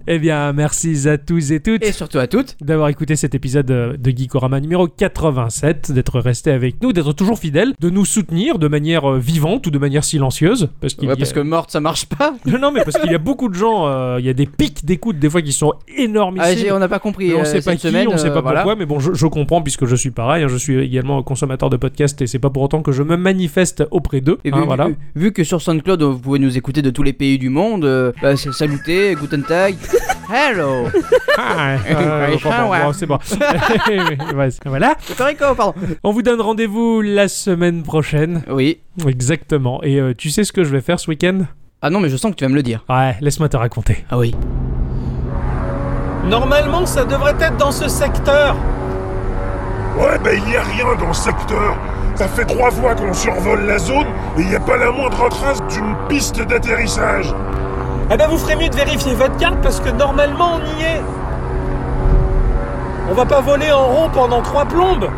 eh bien, merci à tous et toutes. Et surtout à toutes. d'avoir écouté cet épisode euh, de Geekorama numéro 87, d'être resté avec nous, d'être toujours fidèle, de nous soutenir de manière euh, vivante ou de manière silencieuse, parce qu'il Ouais, y a... parce que morte, ça marche pas. non mais parce qu'il y a beaucoup de gens, euh, il y a des pics d'écoute des fois qui sont énormes. Ah, j'ai- on n'a pas compris. on euh, sait pas cette qui, semaine, on sait euh, pas voilà. pourquoi, mais bon, je, je comprends puisque je suis pareil, hein, je suis également consommateur de podcasts et c'est pas pour autant que je me manifeste auprès d'eux. Et euh, hein, vu, voilà. vu- vu que sur SoundCloud vous pouvez nous écouter de tous les pays du monde, euh, bah, c'est- saluter, guten tag, hello, Ah, euh, Ouais, bon, bon, ouais. bon, c'est bon. Ouais, voilà. Puerto Rico, pardon. On vous donne rendez-vous la semaine prochaine. Oui. Exactement. Et euh, tu sais ce que je vais faire ce week-end Ah non, mais je sens que tu vas me le dire. Ouais, laisse-moi te raconter. Ah oui. Normalement, ça devrait être dans ce secteur. Ouais, bah il n'y a rien dans le secteur. Ça fait trois fois qu'on survole la zone et il n'y a pas la moindre trace d'une piste d'atterrissage. Eh ben, vous ferez mieux de vérifier votre carte parce que normalement, on y est. On va pas voler en rond pendant trois plombes.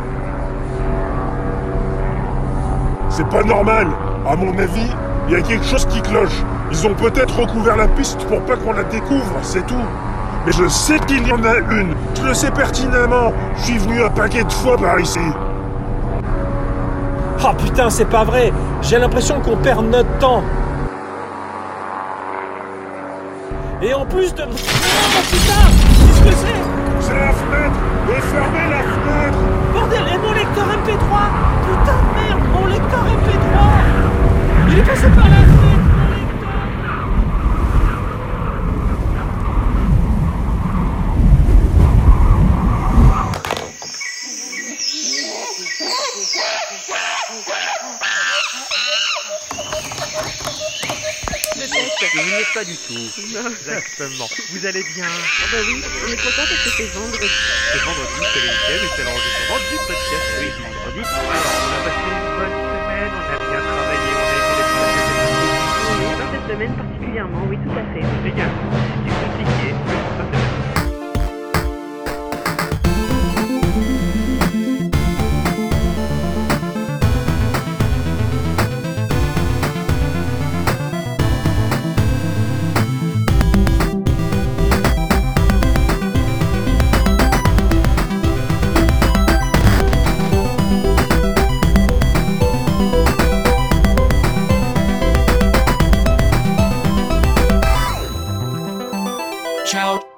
C'est pas normal. À mon avis, Il y a quelque chose qui cloche. Ils ont peut-être recouvert la piste pour pas qu'on la découvre, c'est tout. Mais je sais qu'il y en a une. Je le sais pertinemment. Je suis venu un paquet de fois par ici. Oh putain, c'est pas vrai J'ai l'impression qu'on perd notre temps Et en plus de... Oh putain Qu'est-ce que c'est C'est la fenêtre Et fermez la fenêtre Bordel Et mon lecteur MP3 Putain de merde Mon lecteur MP3 Il est passé par la fenêtre mon lecteur Vous n'y êtes pas du tout. Exactement. Vous allez bien Ah bah oui, on est content parce que c'est vendredi. C'est vendredi, c'est le week-end et c'est l'enregistrement du podcast. Oui, du vendredi. Alors, on a passé une bonne semaine, on a bien travaillé, on a été les Oui, dans cette semaine particulièrement, oui, tout à fait. plus Les gars, c'est compliqué. Oui, ça c'est vrai. Ciao.